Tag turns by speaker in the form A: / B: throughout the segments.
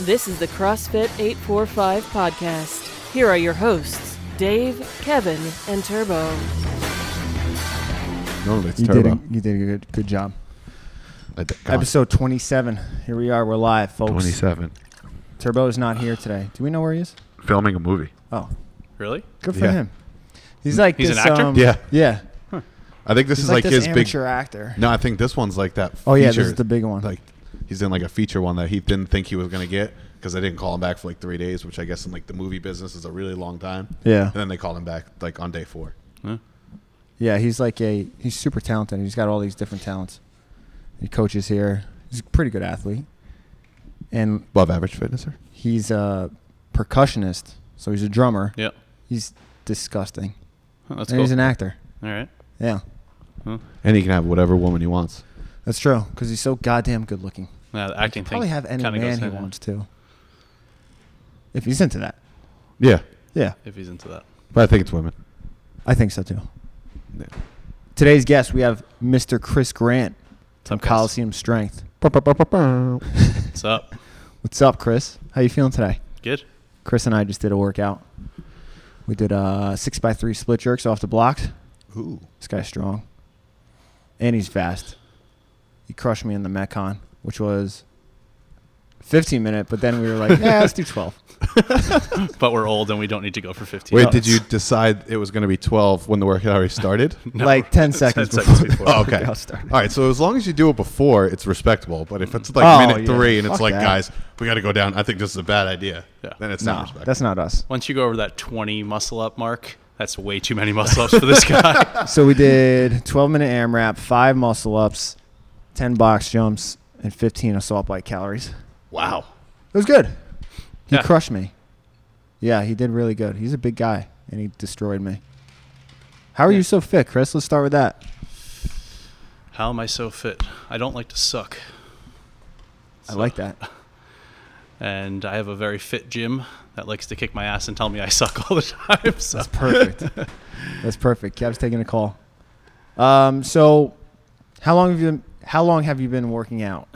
A: This is the CrossFit 845 podcast. Here are your hosts, Dave, Kevin, and Turbo.
B: Normally it's
C: You
B: turbo.
C: did, a, you did a good, good job.
B: I think- God,
C: Episode 27. Here we are. We're live, folks.
B: 27.
C: Turbo is not here today. Do we know where he is?
B: Filming a movie.
C: Oh,
D: Really?
C: good for
B: Yeah.
C: him. He's like
D: He's an
C: this,
D: actor?
C: um,
B: Yeah.
C: yeah.
B: I think this
C: He's
B: is like,
C: like, this
B: his big.
C: amateur actor.
B: No, I think this one's like that.
C: Oh, yeah, this
B: feature-
C: is the big one.
B: Like he's in like a feature one that he didn't think he was gonna get because they didn't call him back for like three days, which I guess in like the movie business is a really long time.
C: Yeah.
B: And then they called him back like on day four.
C: Yeah, he's like a he's super talented. He's got all these different talents. He coaches here. He's a pretty good athlete, and
B: Above average fitnesser.
C: he's a percussionist. So he's a drummer.
D: Yep.
C: He's disgusting,
D: Oh, that's
C: and
D: cool.
C: he's an actor.
D: All right.
C: Yeah,
D: Huh.
B: And he can have whatever woman he wants.
C: that's true. Because he's so goddamn good looking.
D: Yeah, the acting thing.
C: Probably have any
D: kinda goes
C: man he
D: hand in-
C: wants to. If he's into that.
B: Yeah,
C: Yeah,
D: If he's into that.
B: but I think it's women.
C: I think so too. Today's guest, we have Mr. Chris Grant from
D: up, guys?
C: Coliseum Strength.
D: What's up?
C: What's up, Chris? How you feeling today?
D: Good.
C: Chris and I just did a workout. We did uh six by three split jerks off the blocks.
B: Ooh.
C: This guy's strong, and he's fast. He crushed me in the Metcon, which was 15 minute, but then we were like, yeah, let's do 12.
D: But we're old and we don't need to go for 15.
B: Wait, did you decide it was gonna be twelve when the workout already started?
D: No.
C: Like 10
D: Ten
C: seconds
D: seconds
C: before.
D: before.
C: the
B: Oh, okay.
C: workout
B: All
C: started.
B: right. So as long as you do it before, it's respectable. But if it's like
C: Oh,
B: minute
C: yeah.
B: three and it's
C: Fuck
B: like,
C: that.
B: guys, we got to go down. I think this is a bad idea.
D: Yeah.
B: Then it's
C: No,
B: not
C: that's
B: respectable.
C: not us.
D: Once you go over that 20 muscle up mark, that's way too many muscle ups for this guy.
C: So we did 12 minute AMRAP, five muscle ups, 10 box jumps, and 15 assault bike calories. It
B: Wow.
C: was good. He
D: Yeah.
C: crushed me. Yeah, he did really good. He's a big guy, and he destroyed me. How are you so fit, Chris? Let's start with that.
D: How am I so fit? I don't like to suck.
C: I like that.
D: And I have a very fit gym that likes to kick my ass and tell me I suck all the time. So.
C: That's perfect. That's perfect. Kev's taking a call. Um, so, how long have you been, how long have you been working out?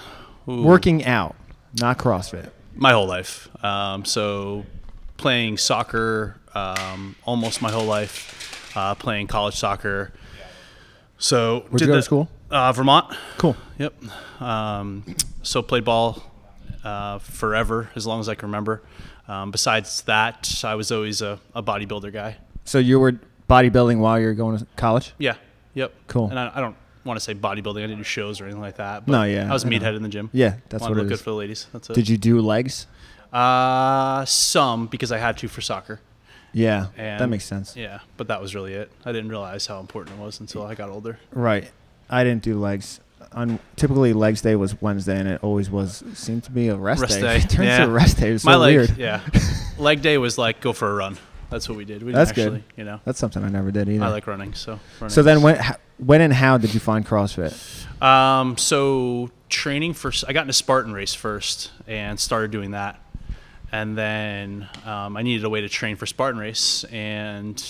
D: Ooh.
C: Working out, not CrossFit.
D: my whole life. Um, so playing soccer um, almost my whole life, uh, playing college soccer. So
C: Where'd you go to school?
D: Uh, Vermont.
C: Cool.
D: Yep. Um, so played ball uh, forever, as long as I can remember. Um, besides that, I was always a, a bodybuilder guy.
C: So you were bodybuilding while you were going to college?
D: Yeah. Yep.
C: Cool.
D: And I, I don't want to say bodybuilding. I didn't do shows or anything like that. But
C: No, yeah,
D: I was
C: I know.
D: meathead in the gym.
C: Yeah, that's what
D: Wanted to
C: it
D: look
C: is.
D: good for the ladies. That's it.
C: Did you do legs?
D: Uh, some because I had to for soccer.
C: Yeah,
D: And
C: that makes sense.
D: Yeah, but that was really it. I didn't realize how important it was until I got older.
C: Right. I didn't do legs. On typically legs day was Wednesday, and it always was seemed to be a rest,
D: Rest
C: day.
D: day.
C: It turns
D: yeah.
C: to a rest day. It was
D: My
C: so
D: leg,
C: weird.
D: yeah. leg day was like go for a run. That's what we did. We didn't
C: That's good.
D: actually, you know.
C: That's something I never did either.
D: I like running, so. Running
C: so then,
D: is-
C: when, h- when and how did you find CrossFit?
D: Um, so training for I got in a Spartan race first and started doing that, and then um, I needed a way to train for Spartan race and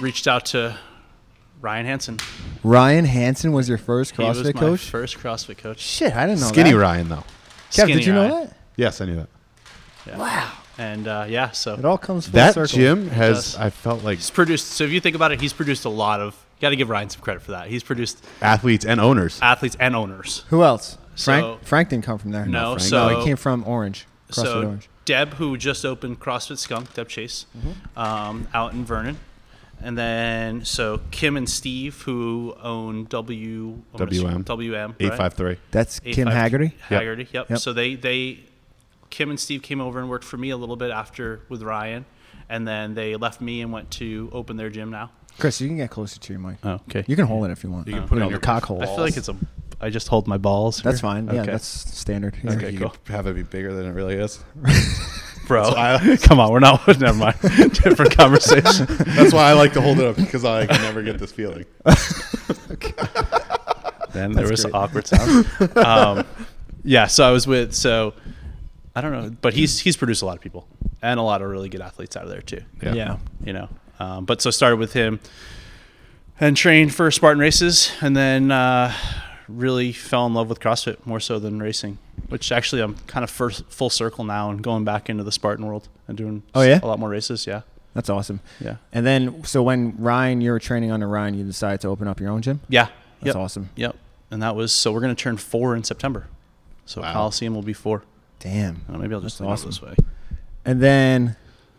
D: reached out to Ryan Hansen.
C: Ryan Hansen was your first
D: he was
C: CrossFit
D: my
C: coach.
D: First CrossFit coach.
C: Shit, I didn't know
B: Skinny
C: that.
B: Ryan though.
C: Kev,
D: Skinny
C: did you know
D: Ryan.
C: that?
B: Yes, I knew that.
C: Wow,
D: And uh, yeah, so
C: it all comes full
B: That
C: circle.
B: gym has.
D: does.
B: I felt like
D: He's produced. So if you think about it, he's produced a lot of. Got to give Ryan some credit for that. He's produced
B: athletes and
C: Ah,
B: owners.
D: athletes and owners.
C: Who else?
D: So-
C: Frank. Frank didn't come from there.
D: No,
B: Frank.
D: so
C: he came from Orange. CrossFit
D: so
C: Orange.
D: Deb, who just opened CrossFit Skunk, Deb Chase,
C: Mm-hmm.
D: um, out in Vernon, and then so Kim and Steve, who own W I'm gonna
B: WM.
D: say WM
B: Eight five
D: right?
B: three.
C: That's
D: Eight
C: Kim
D: five-
C: Haggerty.
D: Haggerty. Yep.
C: Yep.
D: So they they Kim and Steve came over and worked for me a little bit after with Ryan, and then they left me and went to open their gym now.
C: Chris, you can get closer to your mic.
D: Oh, okay.
C: You can hold it if you want.
B: You can
D: Uh,
B: put it
C: know,
B: in
C: the
B: your-
C: cock hole.
D: I feel like it's a. I just hold my balls.
C: That's
D: here.
C: fine. Yeah,
D: Okay.
C: that's standard. Yeah.
D: Okay,
B: You
D: cool.
B: could have it be bigger than it really is.
D: bro. come on, we're not. Never mind. Different conversation.
B: That's why I like to hold it up because I can never get this feeling.
D: Then there was awkward sounds. Um, yeah, so I was with so I don't know, but he's he's produced a lot of people and a lot of really good athletes out of there too.
B: Yeah.
D: you know. Um, but so started with him and trained for Spartan races, and then uh, really fell in love with CrossFit more so than racing. which actually I'm kind of first full circle now and going back into the Spartan world and doing
C: Oh, yeah?
D: a lot more races. Yeah,
C: That's awesome.
D: yeah,
C: And then, so when Ryan, you were training under Ryan, you decided to open up your own gym.
D: yeah.
C: That's
D: yep.
C: awesome.
D: Yep. And that was so we're gonna turn four in September, so
B: Wow.
D: Coliseum will be four.
C: Damn.
D: Uh, maybe I'll just
C: That's
D: lean out
C: awesome.
D: this way.
C: And then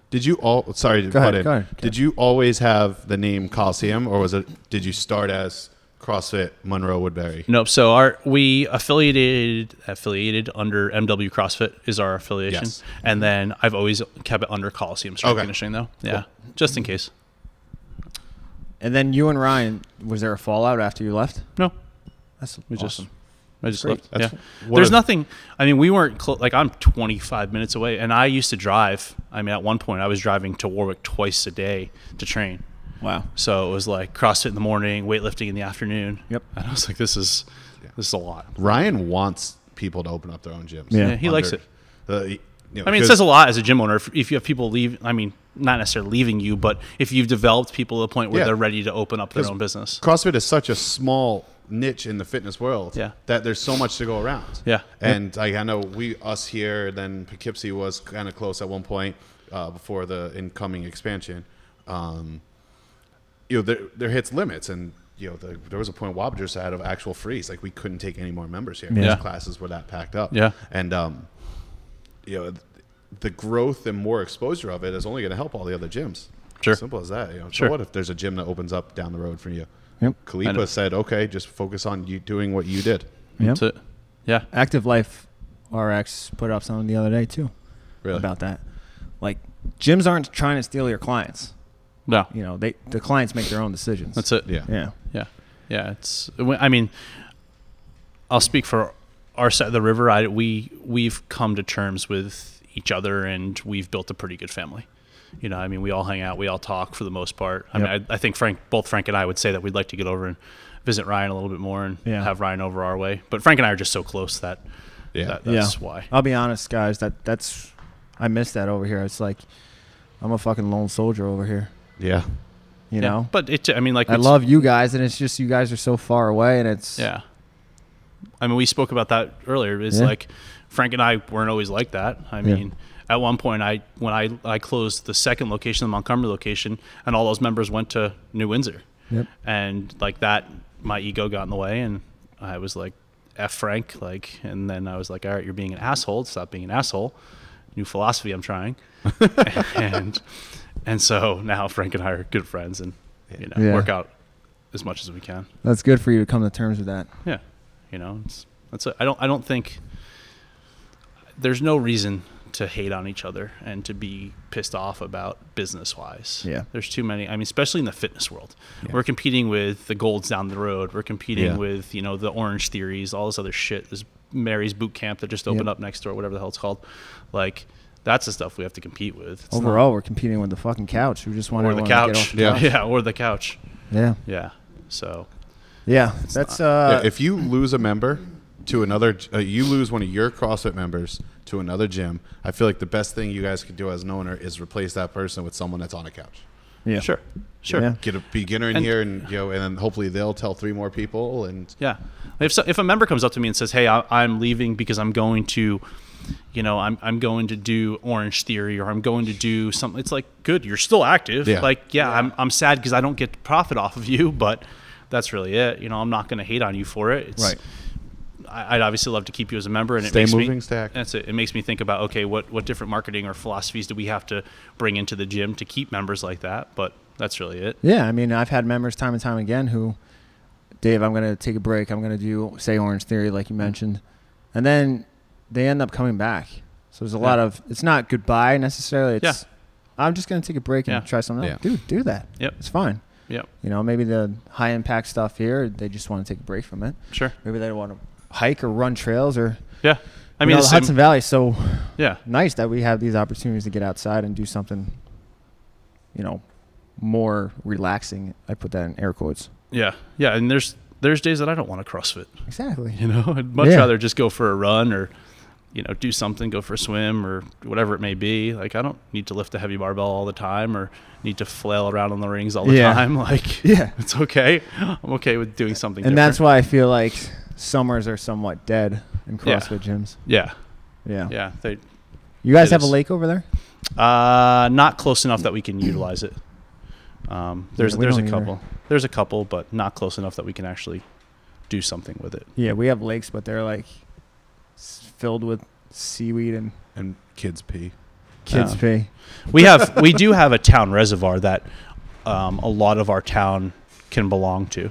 B: Did you all? Sorry to
C: Go
B: butt
C: ahead,
B: in.
C: go ahead.
B: Did you always have the name Coliseum, or was it? Did you start as CrossFit Monroe Woodbury?
D: Nope. So our we affiliated affiliated under MW CrossFit is our affiliation,
B: Yes.
D: and then I've always kept it under Coliseum Strength
B: Okay.
D: Conditioning though. Yeah, just in case.
C: and then you and Ryan, was there a fallout after you left?
D: No,
C: That's
D: we
C: awesome.
D: just I just
C: Great.
D: left.
B: That's
D: yeah.
B: one
D: There's
B: of-
D: nothing. I mean, we weren't clo- like I'm 25 minutes away, and I used to drive. I mean, at one point I was driving to Warwick twice a day to train.
C: wow.
D: So it was like CrossFit in the morning, weightlifting in the afternoon.
C: Yep.
D: And I was like, this is this is a lot.
B: Ryan wants people to open up their own gyms.
C: Yeah.
D: Yeah, he likes it.
B: Uh, he- you know,
D: I mean, it
B: 'cause-
D: says a lot as a gym owner if, if you have people leave. I mean, not necessarily leaving you, but if you've developed people to the point where
B: Yeah.
D: they're ready to open up their
B: 'Cause
D: own business.
B: CrossFit is such a small niche in the fitness world
D: Yeah.
B: that there's so much to go around.
D: Yeah.
B: And I, I know we us here, then Poughkeepsie was kind of close at one point uh, before the incoming expansion. Um, you know, there, there hits limits, and you know, the, there was a point Wabagers had of actual freeze, like we couldn't take any more members here.
D: Yeah.
B: Those classes were that packed up.
D: Yeah.
B: And um, you know, the growth and more exposure of it is only going to help all the other gyms.
D: Sure.
B: Simple as that. You know, so
D: Sure.
B: what if there's a gym that opens up down the road for you?
C: Yep.
D: I know.
B: Khalifa said, "Okay, just focus on you doing what you did."
D: That's it. Yeah.
C: Active Life RX put up something the other day too
B: Really?
C: about that. Like gyms aren't trying to steal your clients.
D: No.
C: You know, they the clients make their own decisions.
D: That's it.
B: yeah.
C: Yeah.
D: Yeah, yeah. It's. I mean, I'll speak for our side of the river. I we we've come to terms with each other, and we've built a pretty good family. You know, I mean, we all hang out, we all talk for the most part. I mean, I, I think Frank, both Frank and I would say that we'd like to get over and visit Ryan a little bit more and
C: Yeah.
D: have Ryan over our way. But Frank and I are just so close that,
B: Yeah.
D: that that's why.
C: I'll be honest, guys. That that's I miss that over here. It's like I'm a fucking lone soldier over here.
B: Yeah.
C: You
D: Yeah.
C: know.
D: but it. I mean, like
C: I
D: it's-
C: love you guys, and it's just you guys are so far away, and it's
D: Yeah. I mean, we spoke about that earlier. It's
C: Yeah.
D: like Frank and I weren't always like that. I
C: Yeah.
D: mean, at one point, I when I I closed the second location, the Montgomery location, and all those members went to New Windsor,
C: Yep.
D: and like that, my ego got in the way, and I was like, "F Frank," like, and then I was like, "All right, you're being an asshole. Stop being an asshole." New philosophy I'm trying, and and so now Frank and I are good friends, and you know,
C: Yeah.
D: work out as much as we can.
C: that's good for you to come to terms with that.
D: Yeah, you know, it's, that's it. I don't I don't think there's no reason to hate on each other and to be pissed off about business wise.
C: Yeah.
D: there's too many. I mean, especially in the fitness world, we're competing with the golds down the road. We're competing
B: Yeah.
D: with you know the Orange Theories, all this other shit. This Mary's Boot Camp that just opened
C: Yep.
D: up next door, whatever the hell it's called. Like that's the stuff we have to compete with. It's not-
C: Overall, we're competing with the fucking couch. We just want
D: or the
C: everyone to get
D: couch.
C: off-
B: Yeah.
D: yeah, yeah, or the couch.
C: yeah,
D: Yeah. So
C: yeah. That's uh,
B: Yeah, if you lose a member to another, uh, you lose one of your CrossFit members to another gym. I feel like the best thing you guys could do as an owner is replace that person with someone that's on a couch.
C: yeah.
D: sure, sure.
C: Yeah.
B: Get a beginner in
D: And-
B: here, and you know, and then hopefully they'll tell three more people. And
D: Yeah. If so, if a member comes up to me and says, "Hey, I, I'm leaving because I'm going to, you know, I'm I'm going to do Orange Theory or I'm going to do something," it's like, "Good, you're still active."
B: Yeah.
D: Like, yeah, I'm I'm sad because I don't get to profit off of you, but that's really it. You know, I'm not going to hate on you for it. It's,
C: Right.
D: I, I'd obviously love to keep you as a member, and
B: Stay
D: it makes
B: moving,
D: me,
B: stay active.
D: That's it. It makes me think about okay, what what different marketing or philosophies do we have to bring into the gym to keep members like that? But that's really it.
C: Yeah, I mean, I've had members time and time again who, Dave, I'm going to take a break. I'm going to do, say, Orange Theory, like you mentioned. And then they end up coming back. So there's a lot
D: Yeah.
C: of, it's not goodbye necessarily. It's, I'm just going to take a break and
D: Yeah.
C: try something else.
B: Yeah.
C: Dude, do that.
D: Yep.
C: It's fine.
D: Yep.
C: You know, maybe the high impact stuff here, they just want to take a break from it.
D: Sure.
C: Maybe they want to hike or run trails or,
D: Yeah. I
C: I
D: mean,
C: mean,
D: it's
C: the Hudson Valley so
D: Yeah.
C: nice that we have these opportunities to get outside and do something, you know, more relaxing. I put that in air quotes.
D: Yeah, yeah, and there's there's days that I don't want to CrossFit.
C: Exactly.
D: You know, I'd much
C: Yeah.
D: rather just go for a run or, you know, do something, go for a swim or whatever it may be. Like I don't need to lift a heavy barbell all the time or need to flail around on the rings all the
C: Yeah.
D: time. Like
C: Yeah.
D: it's okay. I'm okay with doing something.
C: And
D: different.
C: that's why I feel like summers are somewhat dead and
D: Yeah.
C: CrossFit gyms.
D: Yeah,
C: Yeah.
D: yeah. They
C: You guys
D: It
C: have a
D: is.
C: lake over there?
D: uh, not close enough that we can utilize it. Um, there's
C: Yeah, we
D: there's a
C: don't either.
D: couple. There's a couple, but not close enough that we can actually do something with it.
C: Yeah, we have lakes, but they're like s- filled with seaweed and
B: and kids pee.
C: kids
D: Oh.
C: pee.
D: We have we do have a town reservoir that um, a lot of our town can belong to.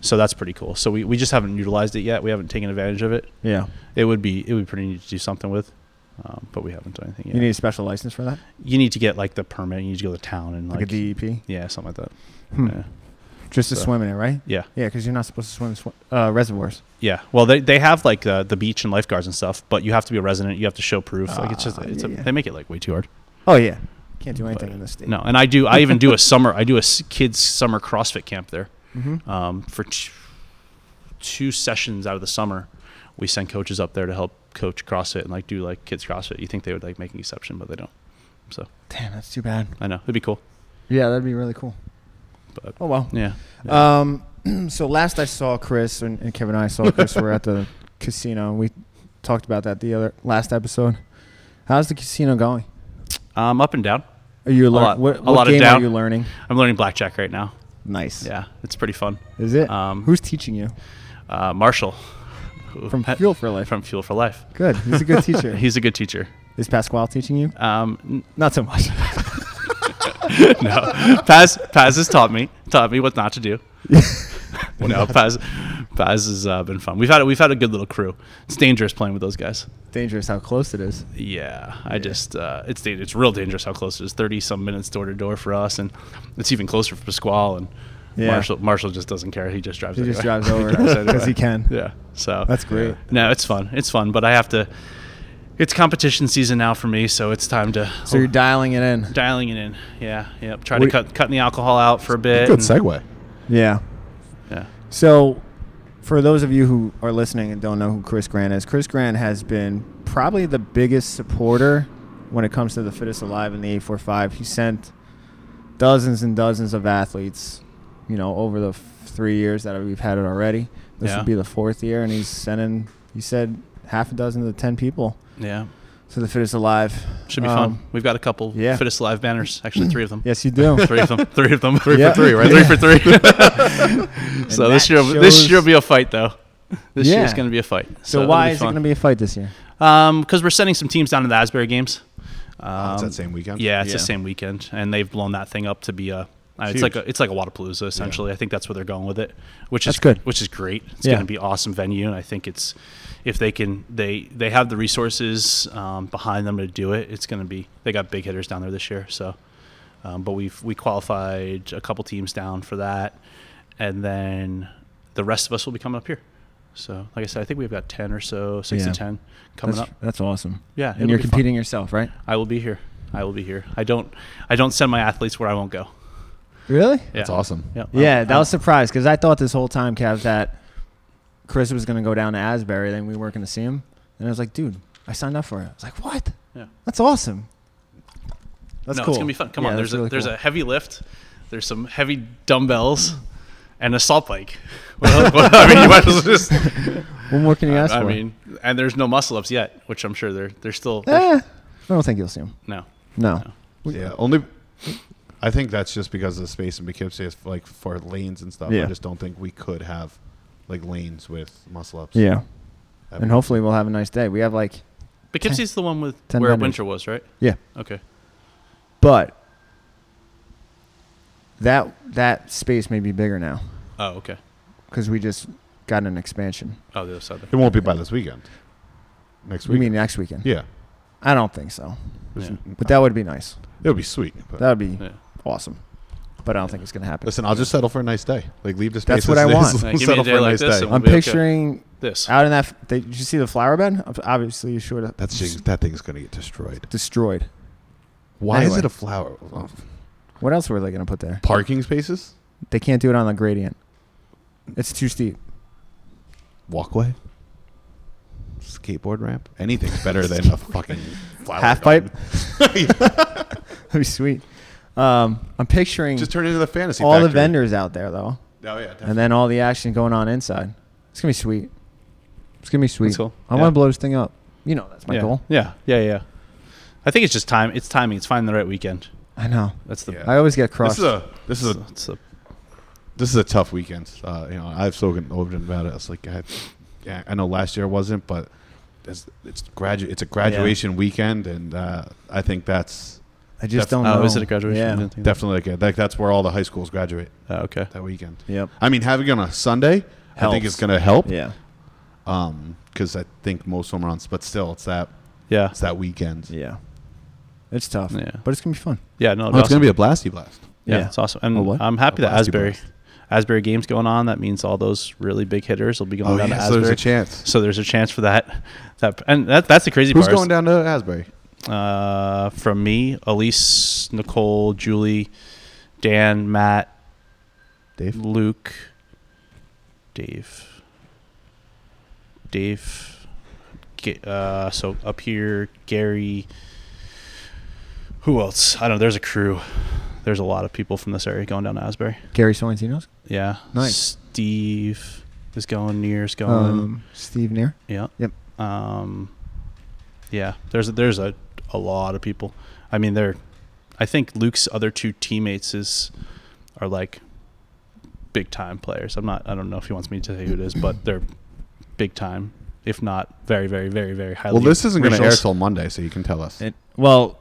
D: So that's pretty cool. So we, we just haven't utilized it yet. We haven't taken advantage of it.
C: Yeah.
D: It would be it would be pretty neat to do something with, um, but we haven't done anything yet.
C: You need a special license for that,
D: you need to get like the permit. You need to go to town and
C: like,
D: like,
C: a DEP,
D: yeah, something like that.
C: Hmm.
D: Yeah.
C: just to
D: So-
C: swim in it, right?
D: Yeah.
C: Yeah, because you're not supposed to swim in sw- uh, reservoirs.
D: Yeah. Well, they, they have like uh, the beach and lifeguards and stuff, but you have to be a resident. You have to show proof. like it's just
C: Ah,
D: it's
C: yeah, yeah.
D: a, they make it like way too hard.
C: Oh yeah, can't do anything
D: But-
C: in this state.
D: No, and I do. I even do a summer. I do a s- kids summer CrossFit camp there.
C: hmm
D: um, for t- two sessions out of the summer. We send coaches up there to help coach CrossFit and like do like kids CrossFit. You think they would like make an exception, but they don't.
C: Damn, that's too bad.
D: I know it'd be cool.
C: Yeah, that'd be really cool.
D: But-
C: oh well.
D: Yeah,
C: Um, so last I saw Chris and, and Kevin, and I saw Chris. we were at the casino and we talked about that the other last episode. How's the casino going?
D: um, up and down.
C: Are you
D: A
C: learn-
D: lot-
C: what,
D: a
C: what
D: lot of
C: game
D: down.
C: are you learning?
D: I'm learning blackjack right now.
C: Nice.
D: Yeah, it's pretty fun.
C: Is it?
D: Um,
C: Who's teaching you?
D: Uh, Marshall who-
C: From Fuel for Life.
D: from Fuel for Life.
C: Good. He's a good teacher.
D: He's a good teacher.
C: Is Pasquale teaching you?
D: Um, n-
C: Not so much.
D: no, Paz Paz has taught me taught me what not to do. no, Paz Paz has uh, been fun. We've had a, we've had a good little crew. It's dangerous playing with those guys.
C: Dangerous how close it is.
D: Yeah, I
C: Yeah.
D: just uh, it's dan- it's real dangerous how close it is. Thirty some minutes door to door for us, and it's even closer for Pasquale and
C: Yeah.
D: Marshall. Marshall just doesn't care. He just drives.
C: He just
D: anyway.
C: drives over
D: drives
C: because he
D: anyway.
C: can.
D: Yeah. So
C: That's great.
D: No, it's fun. It's fun, but I have to. It's competition season now for me, so it's time to
C: So you're dialing it in.
D: dialing it in. Yeah, yep. Try
C: What-
D: to cut cutting the alcohol out for a bit.
B: Good
D: and-
B: segue.
C: Yeah.
D: Yeah.
C: So, for those of you who are listening and don't know who Chris Grant is, Chris Grant has been probably the biggest supporter when it comes to the fittest alive in the 845. He sent dozens and dozens of athletes, you know, over the f- three years that we've had it already. This
D: Yeah.
C: would be the fourth year, and he's sending, he said, half a dozen to 10 people
D: Yeah.
C: to the fittest alive.
D: Should be
C: Um,
D: fun. We've got a couple
C: yeah.
D: fittest live banners. Actually, three of them.
C: Yes, you do.
D: three of them. Three of them. Three
C: Yeah.
B: three, right?
D: Three for three. so
C: And
D: this
C: that
D: year, this
C: shows-
D: year will be a fight, though. This
C: Yeah.
D: year's going to be a fight.
C: So, why is it going to be a fight this year?
D: Um, because we're sending some teams down to the Asbury games. Um,
B: Oh, it's that same weekend.
D: Yeah, it's the
C: Yeah.
D: same weekend, and they've blown that thing up to be a. uh,
B: Huge.
D: it's like a, it's like a Wadapalooza essentially. I think that's where they're going with it, which
C: That's
D: is
C: good.
D: Which is great. It's
C: Yeah.
D: going to be awesome venue, and I think it's if they can they they have the resources um, behind them to do it. It's going to be they got big hitters down there this year. So, um, but we've we qualified a couple teams down for that, and then the rest of us will be coming up here. So, like I said, I think we've got ten or so, six
C: Yeah.
D: to ten coming
C: that's,
D: up.
C: That's awesome.
D: Yeah, it'll
C: And you're
D: be fun.
C: competing yourself, right?
D: I will be here. I will be here. I don't I don't send my athletes where I won't go.
C: Really?
D: Yeah.
B: That's awesome.
D: Yeah,
C: Yeah,
D: I'm-
C: that
D: I'm-
C: was surprised because I thought this whole time, Cav, that Chris was gonna go down to Asbury, then we weren't gonna see him. And I was like, dude, I signed up for it. I was like, what?
D: Yeah.
C: That's awesome. That's
D: no,
C: cool.
D: it's gonna be fun. Come
C: Yeah,
D: on,
C: that's
D: there's a
C: really
D: there's
C: cool.
D: a heavy lift, there's some heavy dumbbells, and a salt bike. Well, well, I mean, you might as well just.
C: What more can you ask
D: I
C: for?
D: mean, and there's no muscle ups yet, which I'm sure they're they're still
C: Eh, I don't think you'll see him.
D: no.
C: No.
D: No.
B: Yeah, only. I think that's just because of the space in Poughkeepsie, is like for lanes and stuff.
C: Yeah.
B: I just don't think we could have like lanes with muscle ups.
C: Yeah.
B: That
C: And
B: would-
C: hopefully we'll have a nice day. We have like,
D: Poughkeepsie's the one with
C: Ten
D: where
C: vendors.
D: winter was, right?
C: yeah,
D: Okay.
C: but that that space may be bigger now
D: Oh, okay.
C: because we just got an expansion.
D: Oh, the other side. There.
B: it won't be by this weekend. Next
C: We
B: week.
C: mean next weekend.
B: yeah,
C: I don't think so,
D: Yeah.
C: but that would be nice.
B: it would be sweet. But
C: That would be
D: Yeah.
C: awesome. But I don't think it's gonna happen.
B: listen, I'll just settle for a nice day. Like leave the space.
C: That's what
B: as
C: I
B: it is.
C: want.
D: Yeah, give me a
B: settle
D: day
B: for a
D: like
B: nice
D: this
B: day.
D: and-
C: I'm
D: We'll be okay.
C: picturing
D: This.
C: out in that. f- They, did you see the flower bed? Ob- Obviously, you should have.
B: That thing, that thing's gonna get destroyed.
C: destroyed.
B: Why is
C: Anyway.
B: it a flower? Oh,
C: What else were they gonna put there?
B: parking spaces,
C: They can't do it on the gradient. It's too steep.
B: walkway, skateboard ramp. Anything's better than a fucking flower.
C: Half
B: garden.
C: pipe. That'd be sweet. Um, I'm picturing
B: Just turn it into the fantasy.
C: all the
B: factory.
C: vendors out there though,
B: Oh yeah,
C: and then all the action going on inside. It's gonna be sweet. Just give me sweet.
D: That's cool.
C: I
D: Yeah.
C: want to blow this thing up. You know that's my
D: yeah.
C: goal.
D: Yeah, yeah, yeah. I think it's just time. It's timing. It's finding the right weekend.
C: I know.
D: That's the.
B: Yeah.
C: I always get
B: This
C: crushed.
B: is a this is a
D: That's the
B: this is a tough weekend. Uh, you know, I've spoken open about it. I was like, I, yeah, I know last year wasn't, but it's it's gradu- It's a graduation weekend, and uh, I think that's
C: I just
B: Def-
C: don't know.
D: oh, is it a graduation? I
C: Yeah.
D: didn't think that-
B: definitely like, a, like that's where all the high schools graduate
D: Oh, okay.
B: that weekend.
C: Yep.
B: I mean, having it on a Sunday, I think
C: Helps.
B: it's going to help.
C: Yeah.
B: Um, because I think most of them are on, but still, it's that
D: Yeah.
B: it's that weekend.
C: Yeah. It's tough.
D: Yeah.
C: But it's gonna be fun.
D: Yeah. No.
B: Oh, it's going to be a Oh, blasty blast.
D: Yeah,
C: Yeah.
D: it's awesome. And
C: A what?
D: I'm happy
B: A
D: that
B: blasty
D: Asbury
B: blast.
D: Asbury game's going on. That means all those really big hitters will be going
B: Oh,
D: down
B: yeah,
D: to
B: so
D: Asbury.
B: there's a chance.
D: So there's a chance for that. That and that that's the crazy
B: Who's
D: part. is,
B: going down to Asbury?
D: Uh, from me, Elise, Nicole, Julie, Dan, Matt,
B: Dave.
D: Luke, Dave, Dave. Ga- Uh, so up here, Gary. Who else? I don't know. There's a crew. There's a lot of people from this area going down to Asbury.
C: Gary Sorrentino's.
D: Yeah.
C: Nice.
D: Steve is going. Near's going.
C: Um, Steve Neer.
D: yeah.
C: Yep.
D: Um, yeah. There's a, there's a, a lot of people. I mean, they're. I think Luke's other two teammates is are like big time players. I'm not. I don't know if he wants me to say who it is, but they're big time, if not very, very, very, very highly.
B: Well, this isn't going to air
D: regionals.
B: till Monday, so you can tell us.
C: It, well,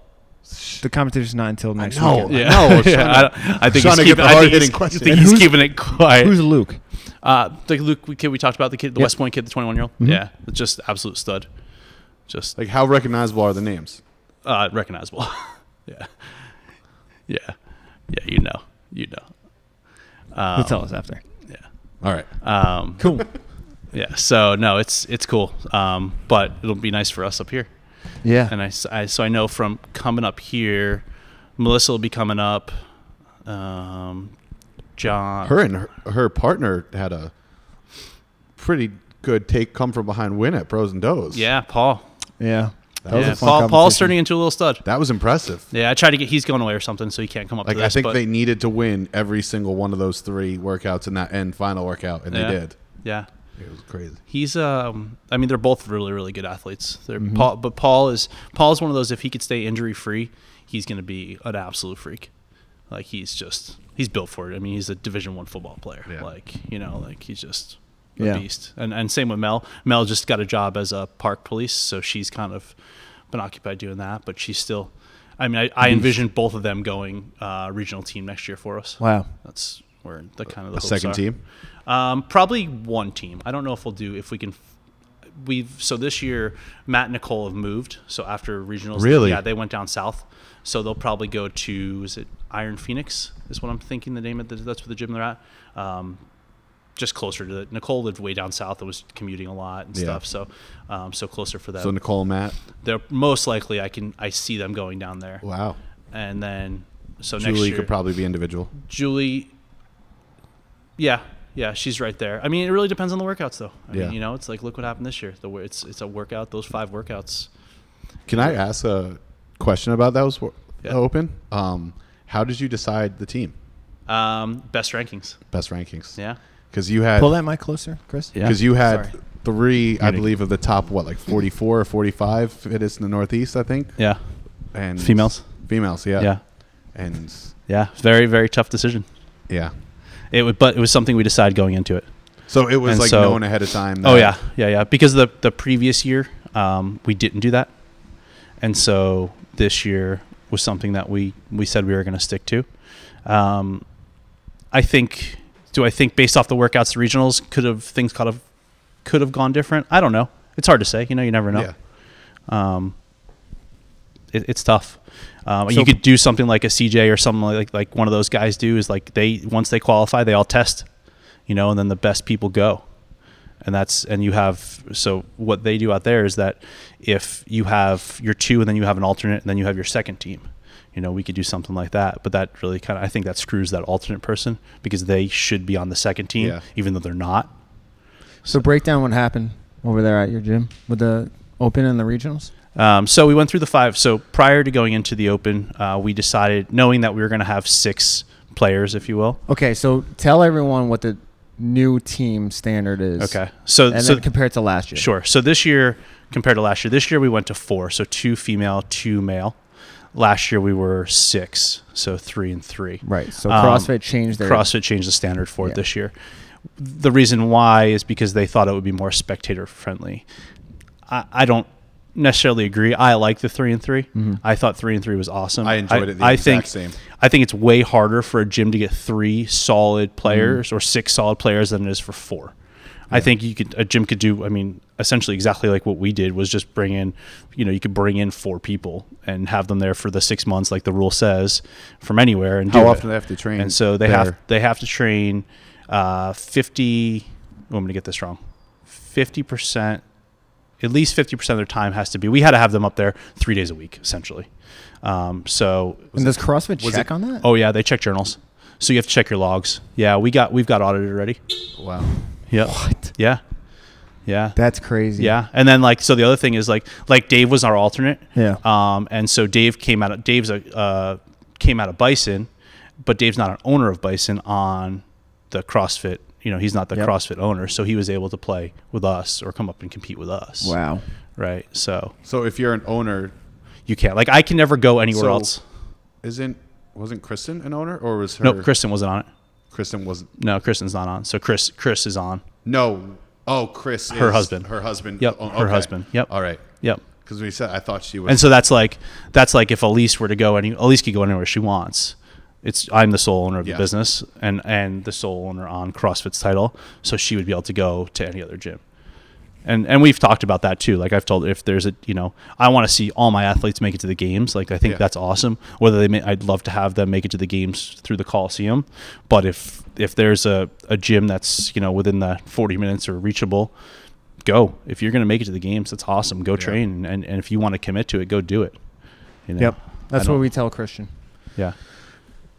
C: the competition's not until next
B: know.
C: weekend.
D: Yeah,
B: No, we're
D: yeah,
B: trying
D: I,
B: to-
D: don't- I
B: trying
D: think
B: to
D: he's
B: get
D: keeping.
B: the
D: I think
B: hard-hitting
D: he's, I
B: question.
D: think he's keeping it quiet.
C: Who's Luke?
D: Uh, the Luke we- kid we talked about, the kid, the
C: Yep.
D: West Point kid, the 21 year old.
B: Mm-hmm.
D: Yeah, just absolute stud, just
B: Like, how recognizable are the names?
D: uh, recognizable. yeah, yeah, yeah. You know, you know. Um,
C: He'll tell us after.
B: All right.
D: um,
C: Cool.
D: yeah. So no, it's it's cool. Um, but it'll be nice for us up here.
C: Yeah.
D: And I, s- I- so I know from coming up here, Melissa will be coming up. Um, John,
B: her and her, her partner had a pretty good take come from behind win at pros and does
D: yeah, Paul.
C: yeah. That was
D: uh, yeah,
C: a fun
D: Paul. Paul's
C: competition.
D: turning into a little stud.
B: that was impressive
D: Yeah, I tried to get. He's going away or something, so he can't come up.
B: like
D: to
B: i
D: this,
B: think
D: but-
B: they needed to win every single one of those three workouts in that end final workout and
D: Yeah.
B: they did
D: Yeah,
B: it was crazy
D: he's. Um, I mean, they're both really, really good athletes. They're
C: Mm-hmm.
D: Paul, but Paul is Paul's one of those. If he could stay injury free, he's going to be an absolute freak. Like he's just he's built for it. I mean, he's a Division One football player.
B: Yeah.
D: Like you know, like he's just a
C: Yeah.
D: beast. And and same with Mel. Mel just got a job as a park police, so she's kind of been occupied doing that, but she's still. I mean, I, I envision both of them going uh, regional team next year for us.
C: Wow.
D: That's where the kind of the
B: a
D: hopes
B: second
D: are.
B: team
D: Um, probably one team. I don't know if we'll do if we can. We've so this year Matt and Nicole have moved. So after regionals,
B: Really?
D: yeah, they went down south. So they'll probably go to is it Iron Phoenix is what I'm thinking the name of the, that's where the gym they're at. Um, just closer to the Nicole lived way down south and was commuting a lot and
B: Yeah.
D: stuff. So um, so closer for them.
B: so nicole and matt
D: they're most likely I can I see them going down there.
B: wow
D: And then so next
B: julie
D: year
B: could probably be individual
D: Julie. Yeah, yeah, she's right there. I mean, it really depends on the workouts, though. I
B: Yeah.
D: mean, you know, it's like look what happened this year. The wor- it's it's a workout. Those five workouts.
B: can i ask a question about that was uh,
D: Yeah.
B: open um how did you decide the team
D: Um, best rankings.
B: best rankings
D: Yeah.
B: because you had
C: Pull that mic closer, Chris.
D: Yeah.
B: because you had
D: Sorry.
B: three i
D: Unique.
B: believe of the top what like 44 or 45 fittest in the northeast i think
D: Yeah.
B: and
D: Females?
B: females yeah
D: Yeah.
B: and
D: Yeah. Very very tough decision.
B: yeah
D: It would, but it was something we decided going into it.
B: so it was
D: And
B: like
D: so-
B: known ahead of time
D: Oh
B: that-
D: yeah, yeah, yeah. Because the the previous year, um, we didn't do that, and so this year was something that we we said we were going to stick to. Um, I think. Do I think based off the workouts, the regionals could have things could have could have gone different? I don't know. It's hard to say. You know, you never know.
B: yeah
D: Um, it, it's tough. Um,
C: So-
D: you could do something like a CJ or something like like one of those guys do is like they once they qualify they all test, you know, and then the best people go, and that's and you have so what they do out there is that if you have your two and then you have an alternate and then you have your second team, you know, we could do something like that. But that really kind of I think that screws that alternate person because they should be on the second team
B: Yeah.
D: even though they're not.
C: So break down what happened over there at your gym with the open and the regionals.
D: Um, so we went through the five. So prior to going into the open, uh, we decided, knowing that we were going to have six players, if you will.
C: Okay, so tell everyone what the new team standard is.
D: Okay. So-
C: and
D: so-
C: then compared to last year.
D: Sure. So this year, compared to last year, this year we went to four. So two female, two male. Last year we were six. So three and three.
C: Right. So
D: Um,
C: CrossFit changed their
D: CrossFit changed the standard for
C: Yeah.
D: it this year. The reason why is because they thought it would be more spectator friendly. I, I don't necessarily agree. I like the three and 3 I thought three and three was awesome.
B: Mm-hmm. I enjoyed it the
D: I
B: exact
D: think
B: same.
D: I think it's way harder for a gym to get three solid players
B: Mm-hmm.
D: or six solid players than it is for four. I think you could a gym could do. I mean, essentially exactly like what we did was just bring in, you know, you could bring in four people and have them there for the six months, like the rule says, from anywhere. And
B: How
D: do
B: often
D: it.
B: do they have to train
D: And so they have
B: there?
D: they have to train uh, fifty. oh, I'm going to get this wrong. Fifty percent, at least fifty percent of their time has to be. We had to have them up there three days a week, essentially. Um, so
C: And does CrossFit
B: was
C: check
B: it-
C: on that?
D: Oh yeah, they check journals. So you have to check your logs. Yeah, we got we've got audited already.
B: Wow.
D: Yeah. What? Yeah. Yeah.
C: that's crazy.
D: yeah. And then like so the other thing is like like Dave was our alternate.
C: Yeah.
D: Um and so Dave came out of Dave's a uh, came out of Bison, but Dave's not an owner of Bison on the CrossFit. You know, he's not the
C: Yep.
D: CrossFit owner, so he was able to play with us or come up and compete with us.
C: Wow.
D: Right. So
B: So if you're an owner,
D: you can't like I can never go anywhere
B: So-
D: else.
B: isn't wasn't Kristen an owner or was her?
D: No, Kristen wasn't on it.
B: Kristen was
D: No, Kristen's not on. So Chris Chris is on.
B: no. Oh, Chris.
D: Her
B: is-
D: husband.
B: Her husband.
D: Yep,
B: Oh,
D: her
B: okay.
D: husband. Yep.
B: All right.
D: Yep.
B: Because we said I thought she was.
D: And so that's like that's like if Elise were to go any Elise could go anywhere she wants. It's I'm the sole owner of
B: Yeah.
D: the business and and the sole owner on CrossFit's title, so she would be able to go to any other gym. And and we've talked about that too. Like I've told if there's a you know I want to see all my athletes make it to the games. Like I think
B: Yeah.
D: that's awesome. Whether they may, I'd love to have them make it to the games through the Coliseum, but if if there's a, a gym that's you know within the 40 minutes or reachable, go. If you're going to make it to the games, that's awesome. Go train, and, and if you want to commit to it, go do it. You know?
C: Yep. That's
D: I
C: what
D: don't-
C: we tell Christian.
D: Yeah.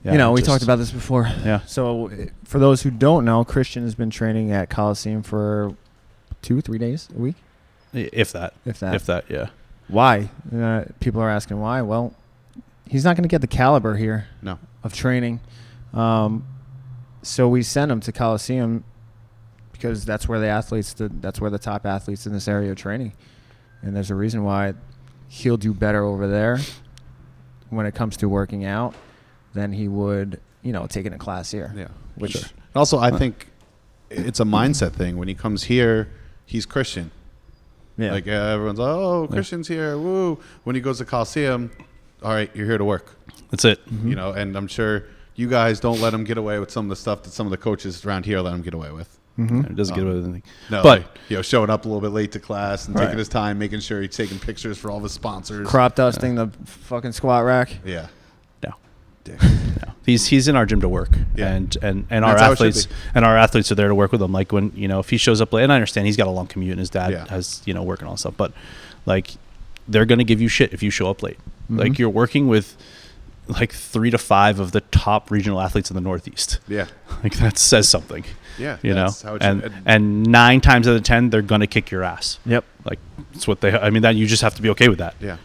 D: Yeah,
C: you know, we
D: just-
C: talked about this before.
D: Yeah.
C: So uh, for those who don't know, Christian has been training at Coliseum for two, three days a week,
D: i- if that,
C: if that.
D: if that, yeah,
C: why? Uh, people are asking why. Well, he's not going to get the caliber here
B: no.
C: of training. Um, so we sent him to Coliseum because that's where the athletes, the, that's where the top athletes in this area are training. And there's a reason why he'll do better over there when it comes to working out than he would, you know, taking a class here.
B: Yeah.
C: Which,
B: Sure. And also, I think it's a mindset thing. When he comes here, he's Christian.
C: yeah.
B: Like uh, everyone's, oh, Christian's here, woo. When he goes to Coliseum, all right, you're here to work.
D: that's it.
B: You know, and I'm sure you guys don't let him get away with some of the stuff that some of the coaches around here let him get away with.
C: Mm-hmm.
D: It doesn't
C: Um,
D: get away with anything.
B: No,
D: but
B: like, you know, showing up a little bit late to class and
C: Right.
B: taking his time, making sure he's taking pictures for all the sponsors.
C: crop dusting the fucking squat rack.
B: Yeah.
D: no,
B: Dick.
D: no. He's he's in our gym to work,
B: Yeah.
D: and and and our
B: That's how it should
D: athletes
B: be.
D: and our athletes are there to work with him. Like when you know if he shows up late, and I understand he's got a long commute and his dad
B: Yeah.
D: has you know working on stuff, but like they're gonna give you shit if you show up late.
B: Mm-hmm.
D: Like you're working with like three to five of the top regional athletes in the Northeast.
B: Yeah.
D: Like that says something.
B: Yeah,
D: you know,
B: that's how it
D: and
B: should-
D: and nine times out of ten, they're gonna kick your ass.
C: Yep.
D: Like it's what they. I mean, that you just have to be okay with that.
B: Yeah.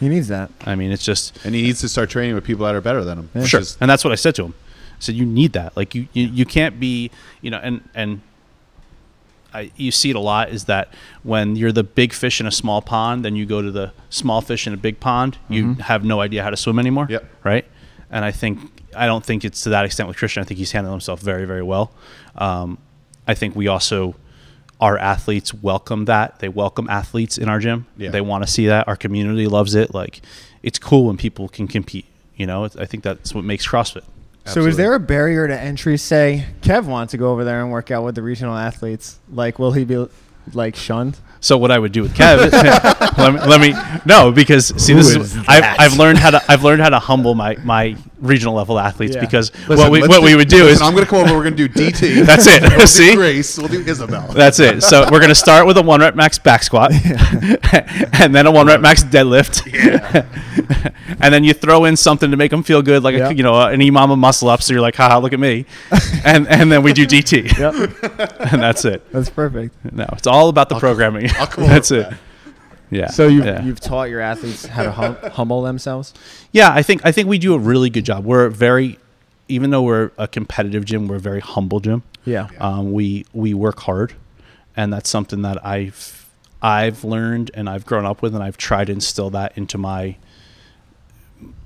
C: He needs that.
D: I mean, it's just
B: And he needs to start training with people that are better than him.
C: Yeah.
B: which
D: sure.
B: is-
D: And that's what I said to him. I said you need that. Like you, you, you can't be, you know, and and I, you see it a lot is that when you're the big fish in a small pond, then you go to the small fish in a big pond, you have no idea how to swim anymore.
B: Mm-hmm. Yep.
D: Right. And I think I don't think it's to that extent with Christian. I think he's handled himself very, very well. Um, I think we also our athletes welcome that. They welcome athletes in our gym.
B: Yeah.
D: They want to see that. Our community loves it. Like it's cool when people can compete. You know, It's- I think that's what makes
C: So
D: CrossFit.
C: is
B: Absolutely.
C: there a barrier to entry? Say Kev wants to go over there and work out with the regional athletes. Like, will he be like shunned?
D: So what I would do with Kev, let, me, let me no, because see, this is, I've, I've learned how to I've learned how to humble my my regional level athletes
C: Yeah.
D: because
B: Listen,
D: what we
B: let's
D: what we would do
B: listen,
D: is
B: I'm going to come over. We're going to do DT.
D: That's it.
B: We'll do
D: See?
B: Grace. We'll do Isabel.
D: that's it. So we're gonna start with a one rep max back squat, and then a one rep max deadlift, and then you throw in something to make them feel good, like
C: Yeah.
D: a, you know an imama muscle up. So you're like, haha, look at me, and and then we do DT,
C: Yep,
D: and that's it.
C: that's perfect.
D: No, it's all about the programming.
B: I'll come over
D: that's
B: for
D: it.
B: that.
D: Yeah.
C: So you've,
D: yeah.
C: you've taught your athletes how to hum- humble themselves.
D: Yeah, I think I think we do a really good job. We're very even though we're a competitive gym, we're a very humble gym.
C: Yeah.
D: Um, we we work hard, and that's something that I've I've learned and I've grown up with, and I've tried to instill that into my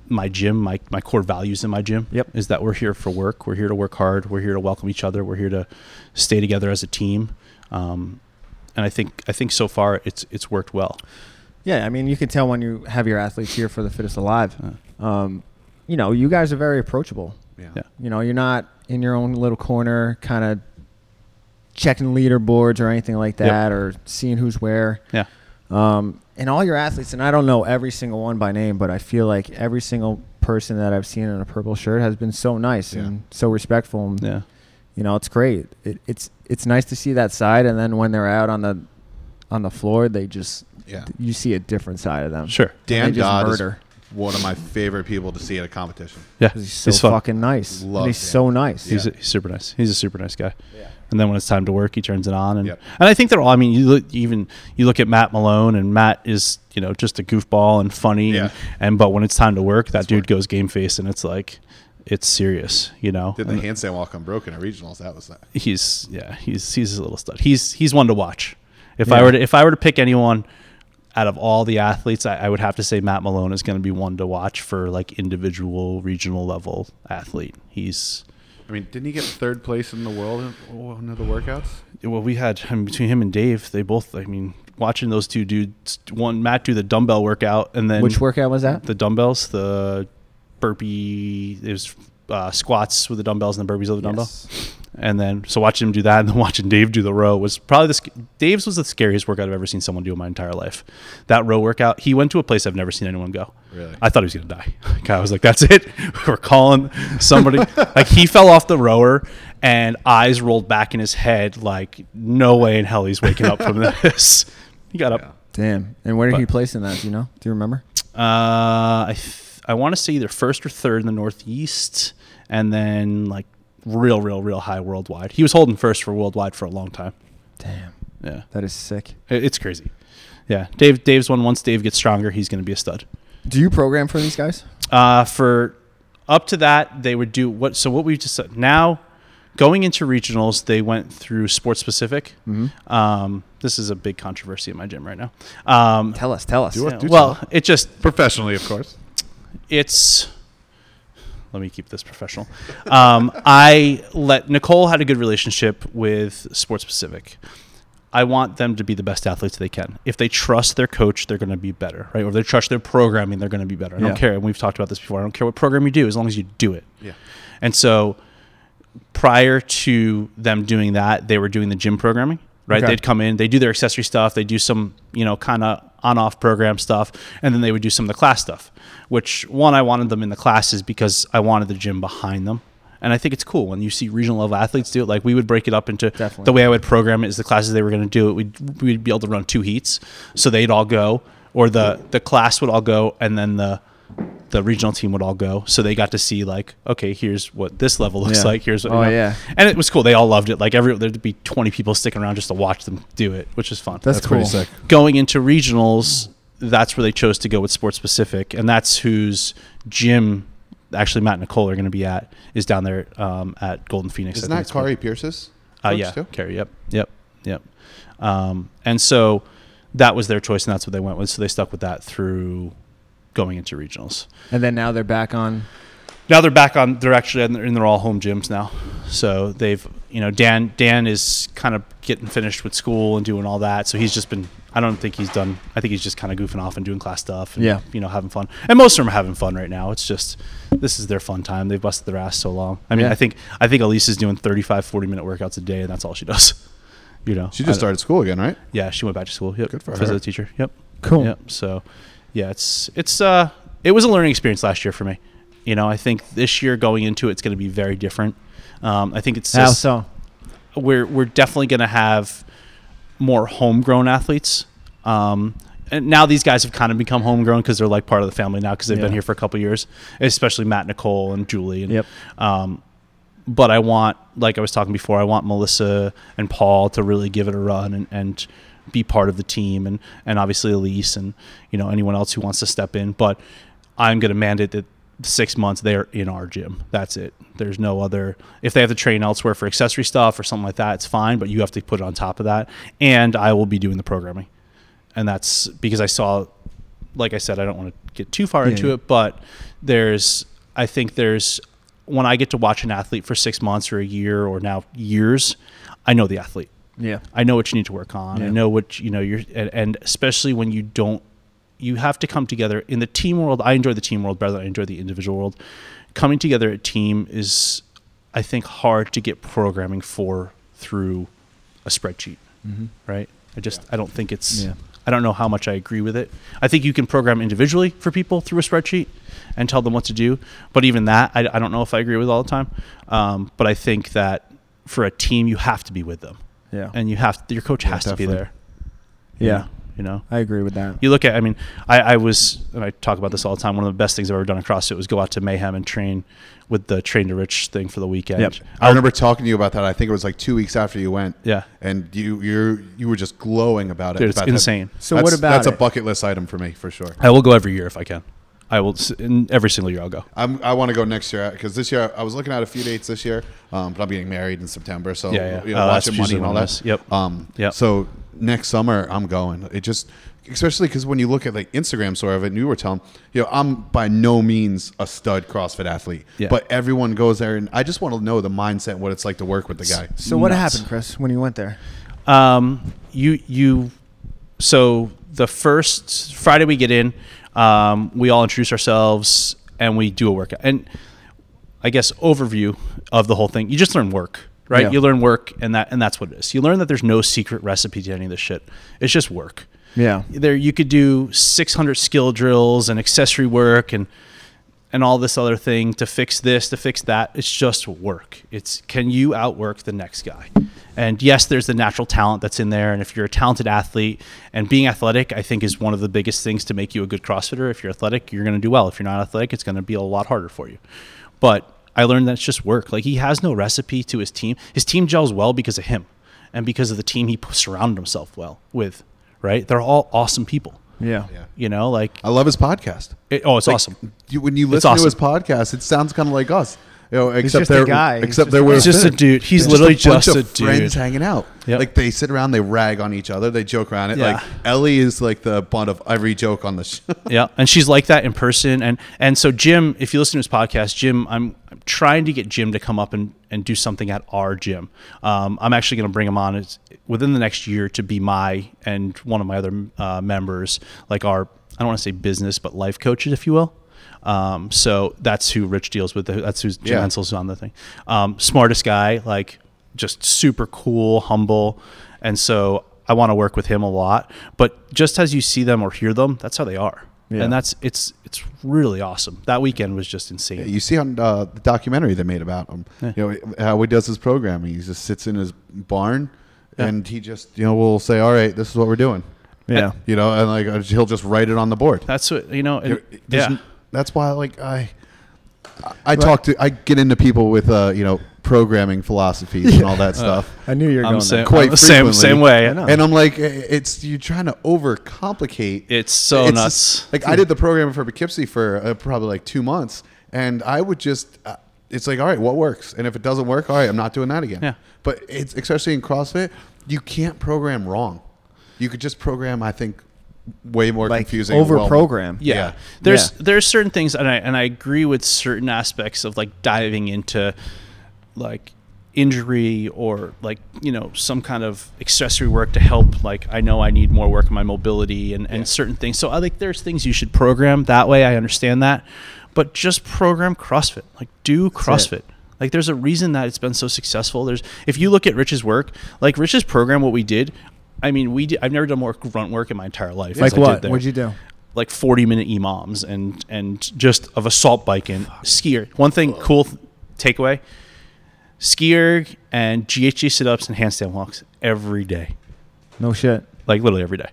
D: my gym, my my core values in my gym.
C: Yep.
D: Is that we're here for work. We're here to work hard. We're here to welcome each other. We're here to stay together as a team. Um, and I think I think so far it's it's worked well.
C: Yeah, I mean, you can tell when you have your athletes here for the fittest alive. Um, you know, you guys are very approachable.
B: Yeah.
D: Yeah.
C: You know, you're not in your own little corner, kind of checking leaderboards or anything like
D: Yep.
C: that, or seeing who's where.
D: Yeah.
C: Um, and all your athletes, and I don't know every single one by name, but I feel like every single person that I've seen in a purple shirt has been so nice
B: Yeah.
C: and so respectful. And,
D: Yeah.
C: You know, it's great. It, it's it's nice to see that side, and then when they're out on the on the floor, they just
B: Yeah.
C: you see a different side of them.
D: Sure.
B: Dan
C: They just
B: Dodd is
C: murder.
B: one of my favorite people to see at a competition.
D: Yeah.
C: 'Cause He's so
D: it's fun.
C: fucking nice. And
B: Love
C: he's
B: him.
C: so nice.
D: He's,
B: Yeah.
D: he's super nice. He's a super nice guy. And then when it's time to work, he turns it on. And
B: Yep.
D: and I think they're all. I mean, you look even you look at Matt Malone, and Matt is you know just a goofball and funny.
B: Yeah.
D: And, and but when it's time to work, that dude goes game face, and it's like it's serious. You know.
B: Did the
D: And
B: handstand walk unbroken at regionals? That was that.
D: he's yeah he's he's a little stud. He's he's one to watch. If I
C: Yeah.
D: were to, if I were to pick anyone out of all the athletes, I, I would have to say Matt Malone is going to be one to watch for like individual regional level athlete. He's
B: I mean, didn't he get third place in the world in one of the workouts?
D: well, we had I mean, between him and Dave. They both. I mean, watching those two dudes, one Matt do the dumbbell workout, and then
C: Which workout was that?
D: the dumbbells, the burpee. It was uh, squats with the dumbbells and the burpees with the
C: Yes.
D: dumbbell. And then so watching him do that, and then watching Dave do the row was probably the sc- Dave's was the scariest workout I've ever seen someone do in my entire life. That row workout, he went to a place I've never seen anyone go.
B: Really?
D: I thought he was gonna die. Like, I was like, "That's it. We're calling somebody." like he fell off the rower, and eyes rolled back in his head. Like, no way in hell he's waking up from this. he got up.
B: Yeah.
C: Damn. And where did he
D: But-
C: place in that? Do you know? Do you remember?
D: Uh, I th- I want to say either first or third in the Northeast, and then like real, real, real high worldwide. He was holding first for worldwide for a long time.
C: Damn.
D: Yeah,
C: That is sick.
D: It- it's crazy. Yeah, Dave. Dave's one. Once Dave gets stronger, he's going to be a stud.
C: Do you program for these guys?
D: Uh, for up to that, they would do what? So what we just said now, going into regionals, they went through sports specific. Um, this is a big controversy in my gym right now. Um,
C: Tell us. Tell us.
B: Do it.
D: yeah, well, it just
B: Professionally, of course.
D: it's let me keep this professional. Um, I let Nicole had a good relationship with Sports Pacific. I want them to be the best athletes they can. If they trust their coach, they're going to be better, right? Or if they trust their programming, they're going to be better. I
C: Yeah.
D: don't care. And we've talked about this before. I don't care what program you do, as long as you do it.
B: Yeah.
D: And so prior to them doing that, they were doing the gym programming, right?
C: Okay.
D: They'd come in, they do their accessory stuff, they do some, you know, kind of on off program stuff, and then they would do some of the class stuff, which one, I wanted them in the classes because I wanted the gym behind them. And I think it's cool when you see regional level athletes do it. Like we would break it up into
C: Definitely.
D: the way I would program it is the classes they were going to do it. We'd, we'd be able to run two heats, so they'd all go, or the the class would all go, and then the the regional team would all go. So they got to see like, okay, here's what this level looks
C: Yeah.
D: like. Here's what,
C: Oh,
D: you know.
C: yeah.
D: and it was cool. They all loved it. Like every there'd be 20 people sticking around just to watch them do it, which is fun.
C: That's,
B: That's
C: cool.
B: pretty sick.
D: Going into regionals, that's where they chose to go with sports specific, and that's whose gym. Actually, Matt and Nicole are going to be at is down there um, at Golden Phoenix.
B: Isn't
D: I think
B: that
D: it's called.
B: Kari Pierce's?
D: Uh,
B: coach
D: yeah,
B: too?
D: Carey. Yep, yep, yep. Um, and so that was their choice, and that's what they went with. So they stuck with that through going into regionals.
C: And then now they're back on.
D: Now they're back on. They're actually in their, in their all home gyms now. So they've, you know, Dan Dan is kind of getting finished with school and doing all that. So he's just been. I don't think he's done. I think he's just kind of goofing off and doing class stuff. And,
C: Yeah.
D: You know, having fun. And most of them are having fun right now. It's just this is their fun time. They've busted their ass so long. I mean,
C: Yeah.
D: I think I think Elise is doing 35, 40 minute workouts a day, and that's all she does. You know,
B: She just
D: I don't-
B: started school again, right?
D: Yeah, she went back to school. Yep.
B: Good for
D: As
B: her.
D: a teacher. Yep.
C: Cool.
D: Yep. So, yeah, it's it's uh it was a learning experience last year for me. You know, I think this year going into it, it's going to be very different. Um, I think it's
C: How
D: just,
C: so?
D: we're we're definitely going to have more homegrown athletes. Um, and now these guys have kind of become homegrown because they're like part of the family now because they've
C: Yeah.
D: been here for a couple years, especially Matt, Nicole, and Julie. And,
C: Yep.
D: Um, but I want, like I was talking before, I want Melissa and Paul to really give it a run and, and be part of the team, and and obviously Elise and you know anyone else who wants to step in. But I'm going to mandate that six months they're in our gym. That's it. There's no other. If they have to train elsewhere for accessory stuff or something like that, it's fine. But you have to put it on top of that. And I will be doing the programming, and that's because I saw, like I said, I don't want to get too far
C: Yeah,
D: into
C: yeah.
D: it, but there's. I think there's when I get to watch an athlete for six months or a year or now years, I know the athlete.
C: Yeah.
D: I know what you need to work on. I
C: Yeah.
D: know what you know. You're and, and especially when you don't, you have to come together in the team world. I enjoy the team world better than I enjoy the individual world. Coming together a team is, I think, hard to get programming for through a spreadsheet. Right. I just I don't think it's.
C: Mm-hmm. Yeah.
D: I don't know how much I agree with it. I think you can program individually for people through a spreadsheet and tell them what to do. But even that, I, I don't know if I agree with all the time. Um, but I think that for a team, you have to be with them
C: Yeah.
D: and you have your coach
C: Yeah,
D: has to be
C: definitely.
D: there.
C: yeah.
D: you know.
C: I agree with that.
D: You look at, I mean, I, I was, and I talk about this all the time. One of the best things I've ever done across it was go out to Mayhem and train with the Train to Rich thing for the weekend.
C: Yep.
B: I remember talking to you about that. I think it was like two weeks after you went.
D: Yeah.
B: and you you you were just glowing about it.
D: Dude, it's
B: about that.
D: insane.
C: So what
B: That's-
C: about
B: that's a
C: it?
B: bucket list item for me for sure.
D: I will go every year if I can. I will s- in every single year I'll go.
B: I'm, I want to go next year because this year I was looking at a few dates this year, um, but I'm getting married in September, so
D: Yeah, yeah.
B: You know,
D: Oh, that's
B: watching money
D: usually
B: and all
D: one of
B: that.
D: those. Yep.
B: Um,
D: Yep.
B: So next summer I'm going. It just, especially because when you look at like Instagram sort of it, and you were telling, you know, I'm by no means a stud CrossFit athlete,
D: Yeah.
B: but everyone goes there, and I just want to know the mindset, and what it's like to work with the guy.
C: So what
D: Nuts.
C: happened, Chris, when you went there?
D: Um, you you, so the first Friday we get in, um, we all introduce ourselves and we do a workout. And I guess overview of the whole thing. You just learn work, right?
C: Yeah.
D: You learn work, and that and that's what it is. You learn that there's no secret recipe to any of this shit. It's just work.
C: Yeah.
D: There you could do 600 skill drills and accessory work and and all this other thing to fix this to fix that it's just work it's can you outwork the next guy and yes there's the natural talent that's in there and if you're a talented athlete and being athletic i think is one of the biggest things to make you a good crossfitter if you're athletic you're going to do well if you're not athletic it's going to be a lot harder for you but i learned that's just work like he has no recipe to his team his team gels well because of him and because of the team he p- surrounded himself well with right they're all awesome people
C: Yeah.
B: Yeah.
D: you know like
B: I love his podcast.
D: it, oh it's
B: Like,
D: awesome
B: You, when you listen to
D: awesome.
B: his podcast, it sounds kind of like us. You know, except
C: just a
B: they're
C: guy. He's
B: except
C: just
B: they're
C: a
B: with
D: He's just a
B: fit.
D: dude. He's
B: They're
D: literally
B: bunch
D: just
B: of
D: a dude.
B: Friends hanging out.
D: Yep.
B: Like they sit around, they rag on each other, they joke around it.
D: Yeah.
B: Like Ellie is like the butt of every joke on the show.
D: yeah and she's like that in person and and so jim if you listen to his podcast jim i'm, I'm trying to get jim to come up and, and do something at our gym um, i'm actually going to bring him on as, within the next year to be my and one of my other uh, members like our i don't want to say business but life coaches if you will um, so that's who rich deals with that's who's jim
B: Yeah.
D: Ensel's on the thing um, smartest guy like just super cool humble and so i want to work with him a lot but just as you see them or hear them that's how they are
C: Yeah.
D: and that's it's it's really awesome. That weekend was just insane.
B: you see on uh, the documentary they made about him, you know how he does his programming. He just sits in his barn, and he just you know will say, "All right, this is what we're doing,"
C: Yeah.
B: you know, and like uh, he'll just write it on the board.
D: That's what you know. And,
B: There- there's
D: yeah,
B: n- that's why like i I- i talk to i get into people with uh you know programming philosophies and all that stuff
C: I knew you were
D: Uh, I'm
C: going
D: saying-
C: there.
B: quite
D: Uh, same-
B: frequently.
D: same way. I know.
B: and i'm like i- it's you're trying to overcomplicate
D: It's so nuts.
B: just- like i did the program for poughkeepsie for uh, probably like two months and i would just uh, it's like all right what works and if it doesn't work all right i'm not doing that again
D: Yeah.
B: but it's especially in crossfit you can't program wrong you could just program i think way more
C: Like
B: confusing and
C: over
B: well-
C: program.
D: yeah.
B: yeah.
D: There's
C: Yeah.
D: there's certain things, and I and I agree with certain aspects of like diving into like injury or like you know some kind of accessory work to help like i know i need more work on my mobility and, and certain things so i think there's things you should program that way i understand that but just program crossfit like do crossfit like there's a reason that it's been so successful there's if you look at rich's work like rich's program what we did i mean we did, i've never done more grunt work in my entire life
C: Like
D: as I did
C: what?
D: there
C: What'd you do?
D: like 40 minute EMOMs and and just of assault bike and skier. One thing cool th- takeaway skier and GHG sit ups and handstand walks every day,
C: No shit.
D: like literally every day,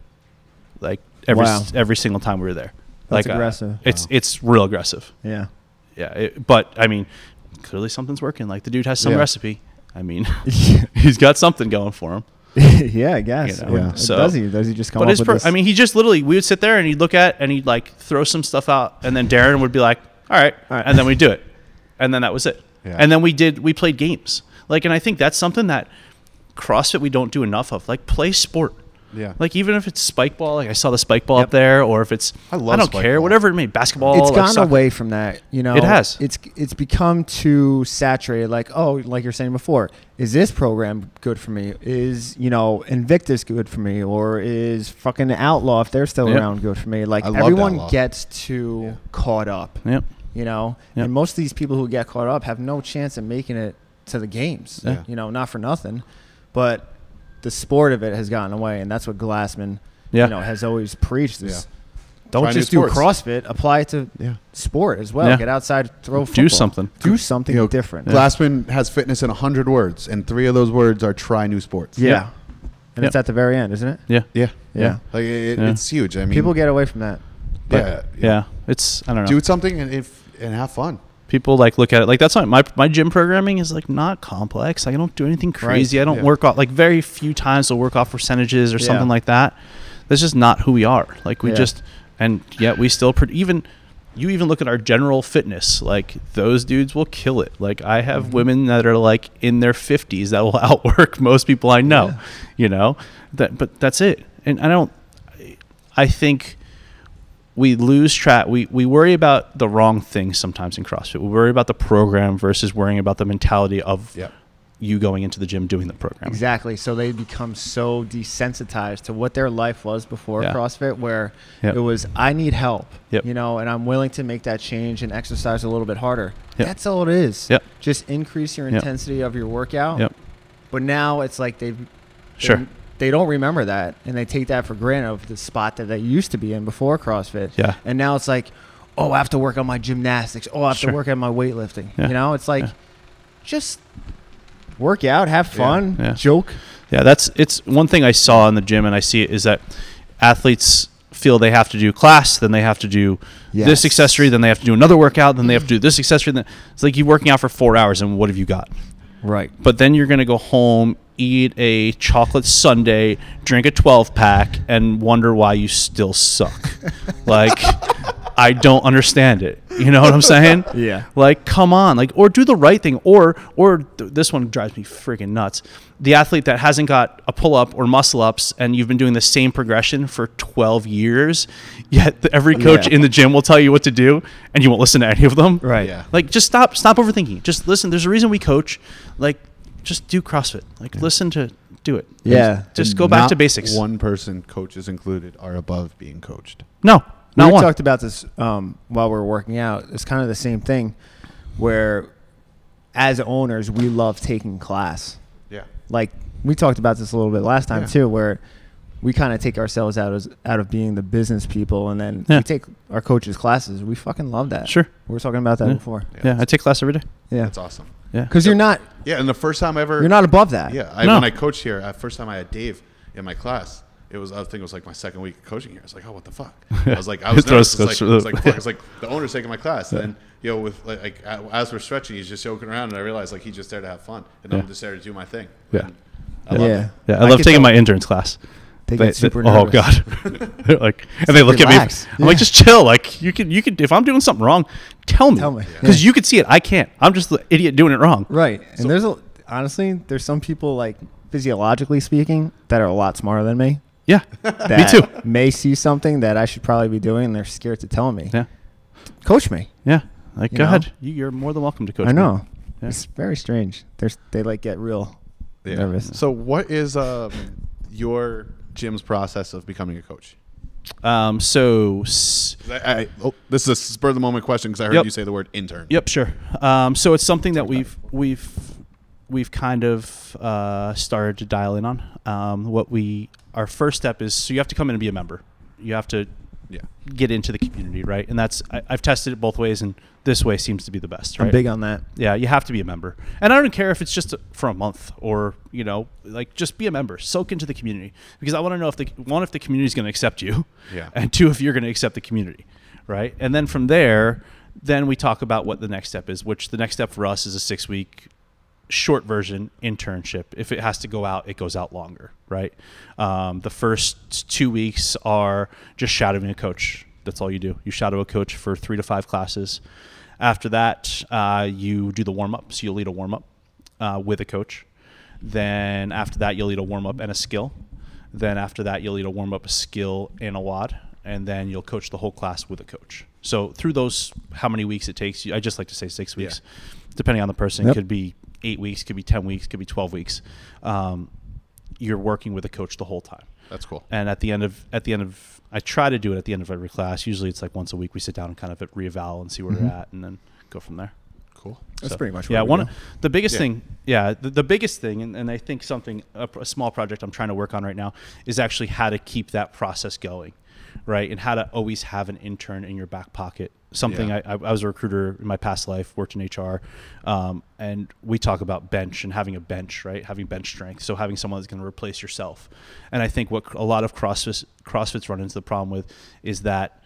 D: like every
C: Wow.
D: every single time we were there.
C: That's
D: like uh,
C: aggressive.
D: it's it's real aggressive.
C: Yeah.
D: Yeah, it, but I mean, clearly something's working. Like the dude has some
B: Yeah.
D: recipe. I mean, he's got something going for him.
C: yeah, I guess.
D: You
B: know, Yeah.
C: Or
D: so-
C: does he? Does he just come
D: But
C: up
D: his,
C: with
D: pro-
C: this?
D: I mean, he just literally, we would sit there and he'd look at and he'd like throw some stuff out, and then Darren would be like, all right,
C: All right.
D: and then we do it, and then that was it.
B: Yeah.
D: And then we did we played games like, and I think that's something that CrossFit we don't do enough of. Like play sport.
B: Yeah.
D: Like even if it's spike ball, like I saw the spike ball up there, or if it's
B: I
D: I,
B: love
D: don't
B: spike
D: care,
B: ball.
D: whatever it may basketball.
C: it's
D: like
C: gone
D: soccer.
C: away from that. You know,
D: It has.
C: It's it's become too saturated. Like oh, like you're saying before, is this program good for me? Is you know Invictus good for me, or is fucking Outlaw if they're still
D: Yep.
C: around good for me? Like
B: I loved
C: everyone
B: Outlaw.
C: gets too caught up.
D: Yep.
C: You know,
D: Yep.
C: and most of these people who get caught up have no chance of making it to the games.
B: Yeah.
C: You know, not for nothing, but the sport of it has gotten away, and that's what Glassman,
D: Yeah.
C: you know, has always preached.
B: Yeah.
C: Is don't
B: Try new
C: just do
B: sports.
C: CrossFit. Apply it to
B: Yeah.
C: sport as well.
D: Yeah.
C: Get outside, throw,
D: Do
C: football.
D: something.
C: do something
B: You know,
C: different.
B: Glassman has fitness in 100 words, and three of those words are try new sports.
C: yeah.
D: Yeah.
C: and it's
D: Yeah.
C: at the very end, isn't it?
D: Yeah.
B: Yeah.
C: Yeah.
B: Like it,
D: Yeah.
B: it's huge. I mean,
C: People get away from that.
B: yeah,
D: Yeah. It's I don't know.
B: Do something and if and have fun.
D: people like look at it like that's not my my gym programming is like not complex. Like, I don't do anything crazy. I don't
B: yeah.
D: work off like very few times I'll work off percentages or
C: Yeah.
D: something like that. That's just not who we are. Like we
C: Yeah.
D: just and yet we still pro- even you even look at our general fitness like those dudes will kill it like i
C: Mm-hmm.
D: have women that are like in their 50s that will outwork most people i know you know that but that's it and i don't i think we lose track. We, we worry about the wrong things sometimes in CrossFit. We worry about the program versus worrying about the mentality of
B: Yep.
D: you going into the gym doing the program.
C: Exactly. So they become so desensitized to what their life was before
D: Yeah.
C: CrossFit, where
D: Yep.
C: it was I need help,
D: Yep.
C: you know, and I'm willing to make that change and exercise a little bit harder.
D: Yep.
C: That's all it is.
D: Yep.
C: Just increase your
D: Yep.
C: intensity of your workout.
D: Yep.
C: But now it's like they've
D: Sure.
C: They, they don't remember that, and they take that for granted of the spot that they used to be in before CrossFit.
D: Yeah.
C: And now it's like, oh, I have to work on my gymnastics. Oh, I have
D: Sure.
C: to work on my weightlifting.
D: Yeah.
C: You know, it's like,
D: Yeah.
C: just work out, have fun,
D: Yeah.
C: joke.
D: Yeah, that's it's one thing I saw in the gym, and I see it is that athletes feel they have to do class, then they have to do
C: Yes.
D: this accessory, then they have to do another workout, then they have to do this accessory. Then it's like you working out for four hours, and what have you got?
C: Right.
D: But then you're gonna go home, eat a chocolate sundae, drink a 12 pack, and wonder why you still suck. like, I don't understand it. You know what I'm saying?
C: Yeah.
D: Like, come on, like, or do the right thing, or or th- this one drives me freaking nuts. The athlete that hasn't got a pull up or muscle ups, and you've been doing the same progression for 12 years, yet th- every coach
C: Yeah.
D: in the gym will tell you what to do, and you won't listen to any of them.
C: Right.
B: Yeah.
D: Like, just stop, stop overthinking. Just listen. There's a reason we coach. Like, just do CrossFit. Like, listen to do it.
C: Yeah.
D: Just, just go back
B: Not
D: to basics.
B: One person, coaches included, are above being coached.
D: No, not
C: we
D: one.
C: talked about this um, while we were working out. It's kind of the same thing, where as owners we love taking class.
B: Yeah.
C: Like we talked about this a little bit last time
B: Yeah.
C: too, where we kind of take ourselves out as out of being the business people, and then
D: Yeah.
C: we take our coaches' classes. We fucking love that.
D: Sure.
C: we were talking about that
D: Yeah.
C: before.
D: yeah, I take class every day.
C: Yeah,
B: That's awesome.
D: Yeah.
C: because you're not
B: Yeah, and the first time ever
C: you're not above that.
B: Yeah, I,
D: No.
B: when I coached here, uh, first time I had Dave in my class, it was I think it was like my second week of coaching here. I was like, oh, what the fuck? I was like, I was
D: It throws
B: nervous. It's
D: us
B: like,
D: through the-
B: it's like, fuck. It's like the owner's taking my class. And then you know, with like, like a- as we're stretching, he's just joking around, and I realized like he's just there to have fun, and
D: Yeah.
B: I'm just there to do my thing.
D: Yeah.
B: And I love
C: Yeah.
B: yeah.
D: Yeah, I,
C: I
D: love
C: could
D: taking
C: tell-
D: my interns class.
C: They
D: They-
C: get super
D: they-
C: nervous.
D: Oh god, They're like, and they look
C: relax.
D: at me. I'm like, just chill. Like you can, you can. If I'm doing something wrong, tell me.
C: Tell me.
D: because you could see it. I can't. I'm just the idiot doing it wrong.
C: Right. And there's a honestly, there's some people like physiologically speaking that are a lot smarter than me.
D: Yeah,
C: That
D: me too.
C: May see something that I should probably be doing, and they're scared to tell me.
D: Yeah,
C: Coach me.
D: yeah. Like,
C: You
D: go
C: know?
D: ahead. You, you're more than welcome to coach.
C: I
D: me.
C: know.
D: Yeah.
C: It's very strange. There's they like get real
B: Yeah.
C: nervous.
B: So, what is um, your Jim's process of becoming a coach?
D: Um. So. s-
B: 'Cause I, I, oh, this is a spur of the moment question because I heard
D: Yep.
B: you say the word intern.
D: Yep, sure. Um, so it's something that we've we've we've kind of uh, started to dial in on. Um, what we our first step is so you have to come in and be a member. You have to
B: Yeah.
D: get into the community, right? And that's I, I've tested it both ways, and this way seems to be the best. Right?
C: I'm big on that.
D: yeah, you have to be a member, and I don't care if it's just for a month or you know, like just be a member, soak into the community because I want to know if the one if the community is going to accept you,
B: Yeah.
D: and two if you're going to accept the community, right? And then from there, then we talk about what the next step is, which the next step for us is a six week short version internship. If it has to go out, it goes out longer, right? Um, the first two weeks are just shadowing a coach That's all you do. You shadow a coach for three to five classes. After that, uh, you do the warm up. So you'll lead a warm up uh, with a coach. Then after that, you'll lead a warm up and a skill. Then after that, you'll lead a warm up, a skill, and a wad. And then you'll coach the whole class with a coach. So through those, how many weeks it takes? I just like to say six weeks, depending on the person.
C: Yep.
D: Could be eight weeks, could be ten weeks, could be twelve weeks. Um, you're working with a coach the whole time.
B: That's cool.
D: And at the end of at the end of I try to do it at the end of every class. Usually it's like once a week we sit down and kind of reeval and see where we're at and then go from there.
B: Cool.
C: That's
D: So,
C: pretty much
D: yeah.
C: what we
D: One
C: do.
D: the biggest
B: Yeah.
D: thing, yeah, the, the biggest thing, and, and I think something a, pr- a small project I'm trying to work on right now is actually how to keep that process going, right, and how to always have an intern in your back pocket. Something
B: Yeah.
D: I, I, I was a recruiter in my past life, worked in HR, um, and we talk about bench and having a bench, right, having bench strength. So having someone that's going to replace yourself, and I think what cr- a lot of CrossFit CrossFit's run into the problem with is that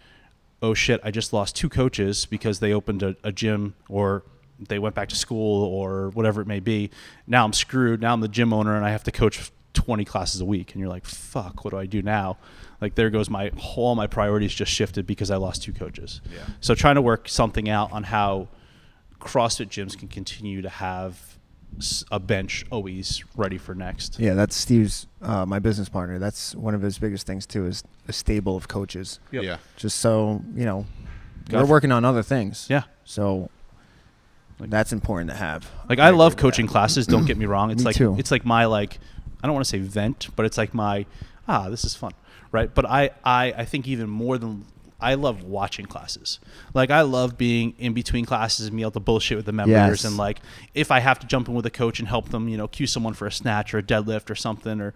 D: oh shit, I just lost two coaches because they opened a, a gym or they went back to school or whatever it may be. Now I'm screwed. Now I'm the gym owner and I have to coach 20 classes a week. And you're like, fuck, what do I do now? Like there goes my whole, all my priorities just shifted because I lost two coaches.
B: Yeah.
D: So trying to work something out on how CrossFit gyms can continue to have s- a bench always ready for next.
C: Yeah, that's Steve's, uh, my business partner. That's one of his biggest things too is a stable of coaches.
D: Yep.
B: Yeah.
C: Just so you know,
D: Got
C: we're
D: it.
C: working on other things.
D: Yeah.
C: So that's important to have.
D: Like I,
C: agree
D: love
C: with
D: coaching
C: that.
D: classes. Don't get me wrong. It's
C: Me
D: like
C: too.
D: it's like my like I don't want to say vent, but it's like my ah this is fun, right? But I I I think even more than I love watching classes. Like I love being in between classes and be able to bullshit with the members
C: Yes.
D: and like if I have to jump in with a coach and help them, you know, cue someone for a snatch or a deadlift or something or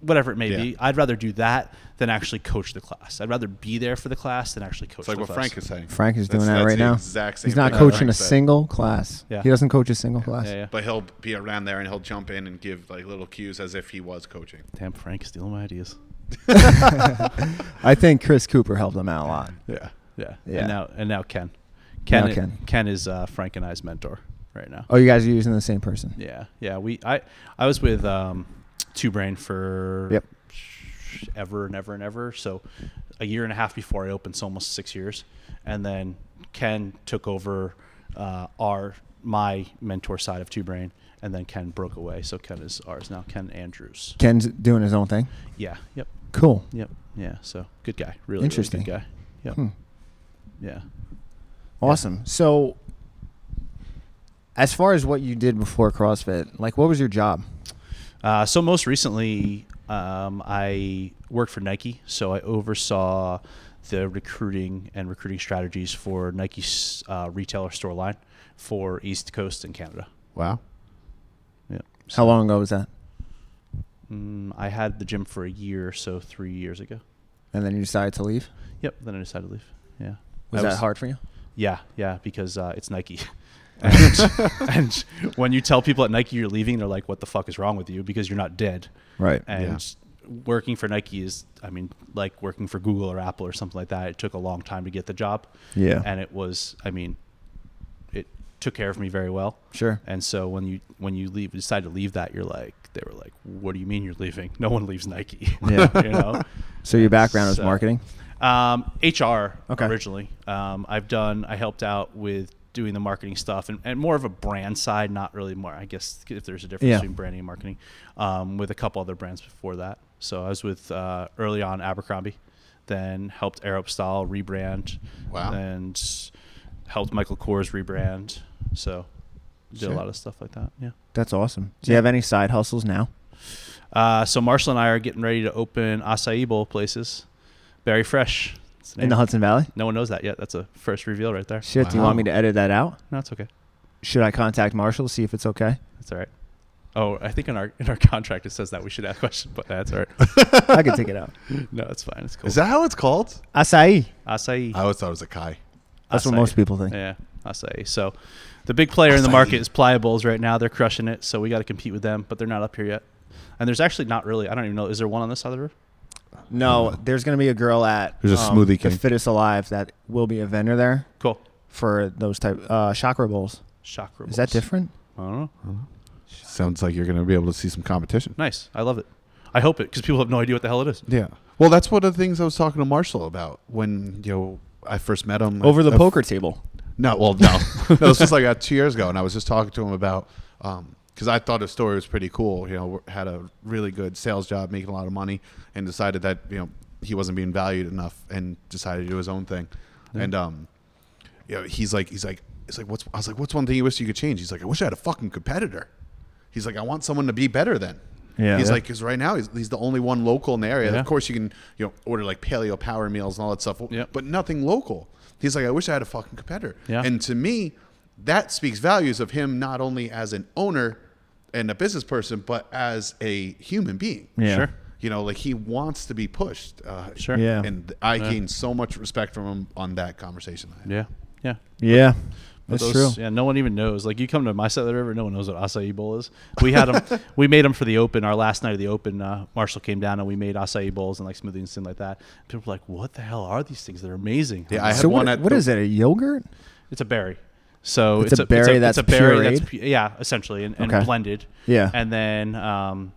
D: whatever it may
B: Yeah.
D: be. I'd rather do that than actually coach the class. I'd rather be there for the class than actually
B: It's
D: coach
B: like
D: the
B: what
D: class.
B: Frank is saying.
C: Frank is doing
B: That's-
C: that
B: that's
C: right
B: the
C: now.
B: Exact same
C: He's not
B: thing that
C: coaching
B: Frank
C: a
B: said.
C: single class.
D: Yeah.
C: He doesn't coach a single class.
D: yeah, yeah.
B: But he'll be around there and he'll jump in and give like little cues as if he was coaching.
D: Damn, Frank is stealing my ideas.
C: I think Chris Cooper helped him out a lot.
D: Yeah, yeah,
C: Yeah.
D: And now and now Ken, Ken,
C: Now Ken.
D: Ken is uh, Frank and I's mentor right now.
C: Oh, you guys are using the same person.
D: Yeah, yeah. We I I was with um, Two Brain for
C: Yep.
D: ever and ever and ever. So a year and a half before I opened, so almost six years, and then Ken took over uh, our my mentor side of Two Brain, and then Ken broke away. So Ken is ours now. Ken Andrews.
C: Ken's doing his own thing.
D: Yeah. Yep.
C: Cool.
D: Yep. Yeah. So good guy. Really, really
C: Interesting.
D: good guy. Yep.
C: Hmm.
D: Yeah.
C: Awesome. So, as far as what you did before CrossFit, like what was your job?
D: Uh, so most recently, um, I worked for Nike, so I oversaw the recruiting and recruiting strategies for Nike's uh, retailer store line for East Coast and Canada.
B: Wow.
D: Yeah.
C: How long ago was that?
D: Mm, I had the gym for a year, so three years ago.
C: And then you decided to leave.
D: Yep. Then I decided to leave. Yeah.
C: Was
D: I
C: that hard for you?
D: Yeah, yeah, because uh, it's Nike. and, and when you tell people at Nike you're leaving, they're like, "What the fuck is wrong with you?" Because you're not dead.
C: Right.
D: and working for Nike is, I mean, like working for Google or Apple or something like that. It took a long time to get the job.
C: Yeah.
D: And it was, I mean, it took care of me very well.
C: Sure.
D: And so when you when you leave decide to leave that, you're like, they were like, "What do you mean you're leaving? No one leaves Nike."
C: Yeah.
D: you know.
C: So your background was
D: So-
C: marketing.
D: Um, HR
C: Okay.
D: originally. Um, I've done. I helped out with doing the marketing stuff and, and more of a brand side, not really more. I guess if there's a difference
C: Yeah.
D: between branding and marketing, um, with a couple other brands before that. So I was with uh, early on Abercrombie, then helped Arab Style rebrand,
B: Wow.
D: and helped Michael Kors rebrand. So did
C: Sure.
D: a lot of stuff like that. Yeah.
C: That's awesome. Do you have any side hustles now?
D: Uh, so Marshall and I are getting ready to open acai bowl places, Berry Fresh. It's
C: In the
D: name.
C: Hudson Valley?
D: No one knows that yet. That's a first reveal right there.
C: Shit, do you want me to edit that out?
D: No, it's okay.
C: Should I contact Marshall see if it's okay?
D: That's all right. Oh, I think in our in our contract it says that we should ask questions, but that's all right.
C: I could take it out.
D: No, it's fine. It's cool.
B: that how it's called?
C: Acai.
D: acai?
B: I always thought it was a Kai.
C: That's what
D: Acai.
C: most people think.
D: Yeah, acai. So, the big player in the
B: Acai.
D: market is Pliables right now. They're crushing it. So we got to compete with them, but they're not up here yet. And there's actually not really. I don't even know. Is there one on this side of the river?
C: No, there's gonna be a girl at um,
B: There's a Smoothie
C: the
B: King.
C: Fittest Alive that will be a vendor there
D: Cool.
C: for those type uh, chakra bowls.
D: Chakra.
C: Is that
D: bowls.
C: different?
D: I don't know.
B: Sounds like you're going to be able to see some competition.
D: Nice. I love it. I hope it because people have no idea what the hell it is.
B: Yeah. Well, that's one of the things I was talking to Marshall about when you know I first met him
C: over the
B: I- I-
C: poker table.
B: No, well, no, no. It was just like uh, two years ago, and I was just talking to him about because I thought his story was pretty cool. You know, had a really good sales job, making a lot of money, and decided that you know he wasn't being valued enough, and decided to do his own thing. And um, you know, he's like, he's like, it's like, what's I was like, what's one thing you wish you could change? He's like, I wish I had a fucking competitor. He's like, I want someone to be better than.
C: Yeah.
B: He's
C: Yeah.
B: like, because right now he's, he's the only one local in the area.
D: Yeah.
B: Of course, you can you know order like paleo power meals and all that stuff,
D: Yep.
B: but nothing local. He's like, I wish I had a fucking competitor.
D: Yeah.
B: And to me, that speaks values of him not only as an owner and a business person, but as a human being.
C: Yeah.
D: Sure.
B: You know, like he wants to be pushed. Uh,
D: Sure.
C: Yeah.
B: And I gained so much respect from him on that conversation.
D: Yeah. Yeah.
C: Yeah,
D: But
C: that's
D: those-
C: true.
D: Yeah, no one even knows. Like you come to my side of the river, no one knows what acai bowl is. We had them. we made them for the open. Our last night of the open, uh, Marshall came down and we made acai bowls and like smoothies and stuff like that. People were like, "What the hell are these things? They're amazing."
B: Yeah, I had
C: So
B: one
C: what,
B: at
C: what
B: the-
C: is it? A yogurt?
D: It's a berry. So
C: It's a berry that's pureed?
D: pu- yeah, essentially, and, and
C: Okay.
D: blended.
C: Yeah.
D: and then um,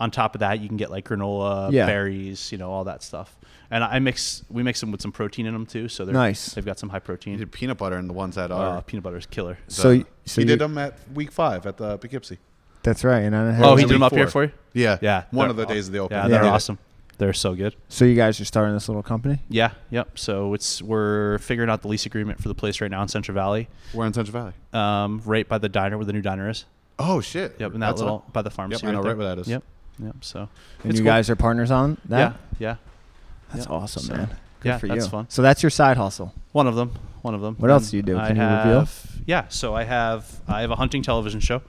D: on top of that, you can get like granola,
C: Yeah.
D: berries, you know, all that stuff. And I mix, we mix them with some protein in them too. So they're
C: Nice.
D: They've got some high
B: He
D: protein.
B: did peanut butter and the ones that are.
D: Uh, peanut butter is killer.
C: So, so
B: he
C: you-
B: did them at week five at the Poughkeepsie.
C: That's right. And I don't have
D: Oh, he
B: Week
D: did them up here
B: four.
D: for you.
B: Yeah.
D: Yeah.
B: One
D: they're
B: of the
D: aw-
B: days of the open.
D: Yeah,
B: He
D: they're
B: did it.
D: awesome. They're so good.
C: so you guys are starting this little company?
D: Yeah, yep. So it's we're figuring out the lease agreement for the place right now in Central Valley,
B: We're in Central Valley.
D: um, right by the diner where the new diner is.
B: Oh shit.
D: Yep, and that
B: That's
D: little
B: what-
D: by the pharmacy.
B: I know
D: there.
B: right where that is.
D: Yep, yep. So
C: And
D: it's
C: you
D: cool.
C: guys are partners on that?
D: yeah, yeah,
C: That's
D: yeah.
C: awesome,
D: So-
C: man. Good
D: yeah,
C: for
D: that's
C: you.
D: fun.
C: So that's your side hustle.
D: One of them. One of them.
C: What else do you do?
D: I
C: Can you reveal?
D: have, Yeah, so I have I have a hunting television show.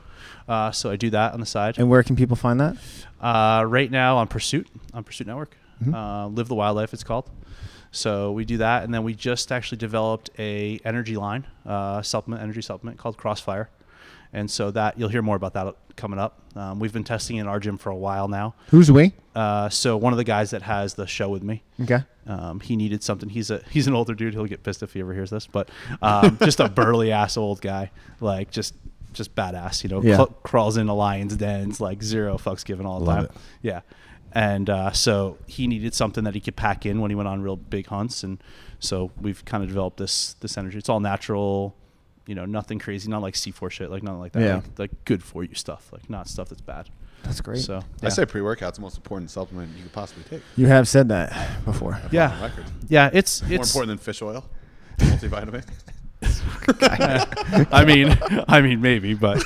D: Uh, so I do that on the side.
C: And where can people find that?
D: Uh, right now on Pursuit, on Pursuit Network, uh, Live the Wildlife, it's called. So we do that, and then we just actually developed a energy line, uh, supplement, energy supplement called Crossfire, and so that you'll hear more about that coming up. Um, we've been testing it in our gym for a while now.
C: Who's we?
D: Uh, so one of the guys that has the show with me,
C: Okay.
D: um, he needed something. He's a he's an older dude. He'll get pissed if he ever hears this, but um, just a burly ass old guy, like just just badass. You know,
C: Yeah.
D: cl- crawls into lions' dens, like zero fucks given all the
B: Love
D: time.
B: it.
D: Yeah, and uh, so he needed something that he could pack in when he went on real big hunts, and so we've kind of developed this this energy. It's all natural. You know, nothing crazy, not like C4 shit, like nothing like that.
C: Yeah.
D: Like, like good for you stuff, like not stuff that's bad.
C: That's great.
D: So
B: I
D: yeah.
B: say pre-workout's the most important supplement you could possibly take.
C: you have said that before.
B: On
D: yeah,
B: record.
D: yeah, it's
B: More
D: it's
B: important than fish oil, multivitamin.
D: I mean, I mean, maybe, but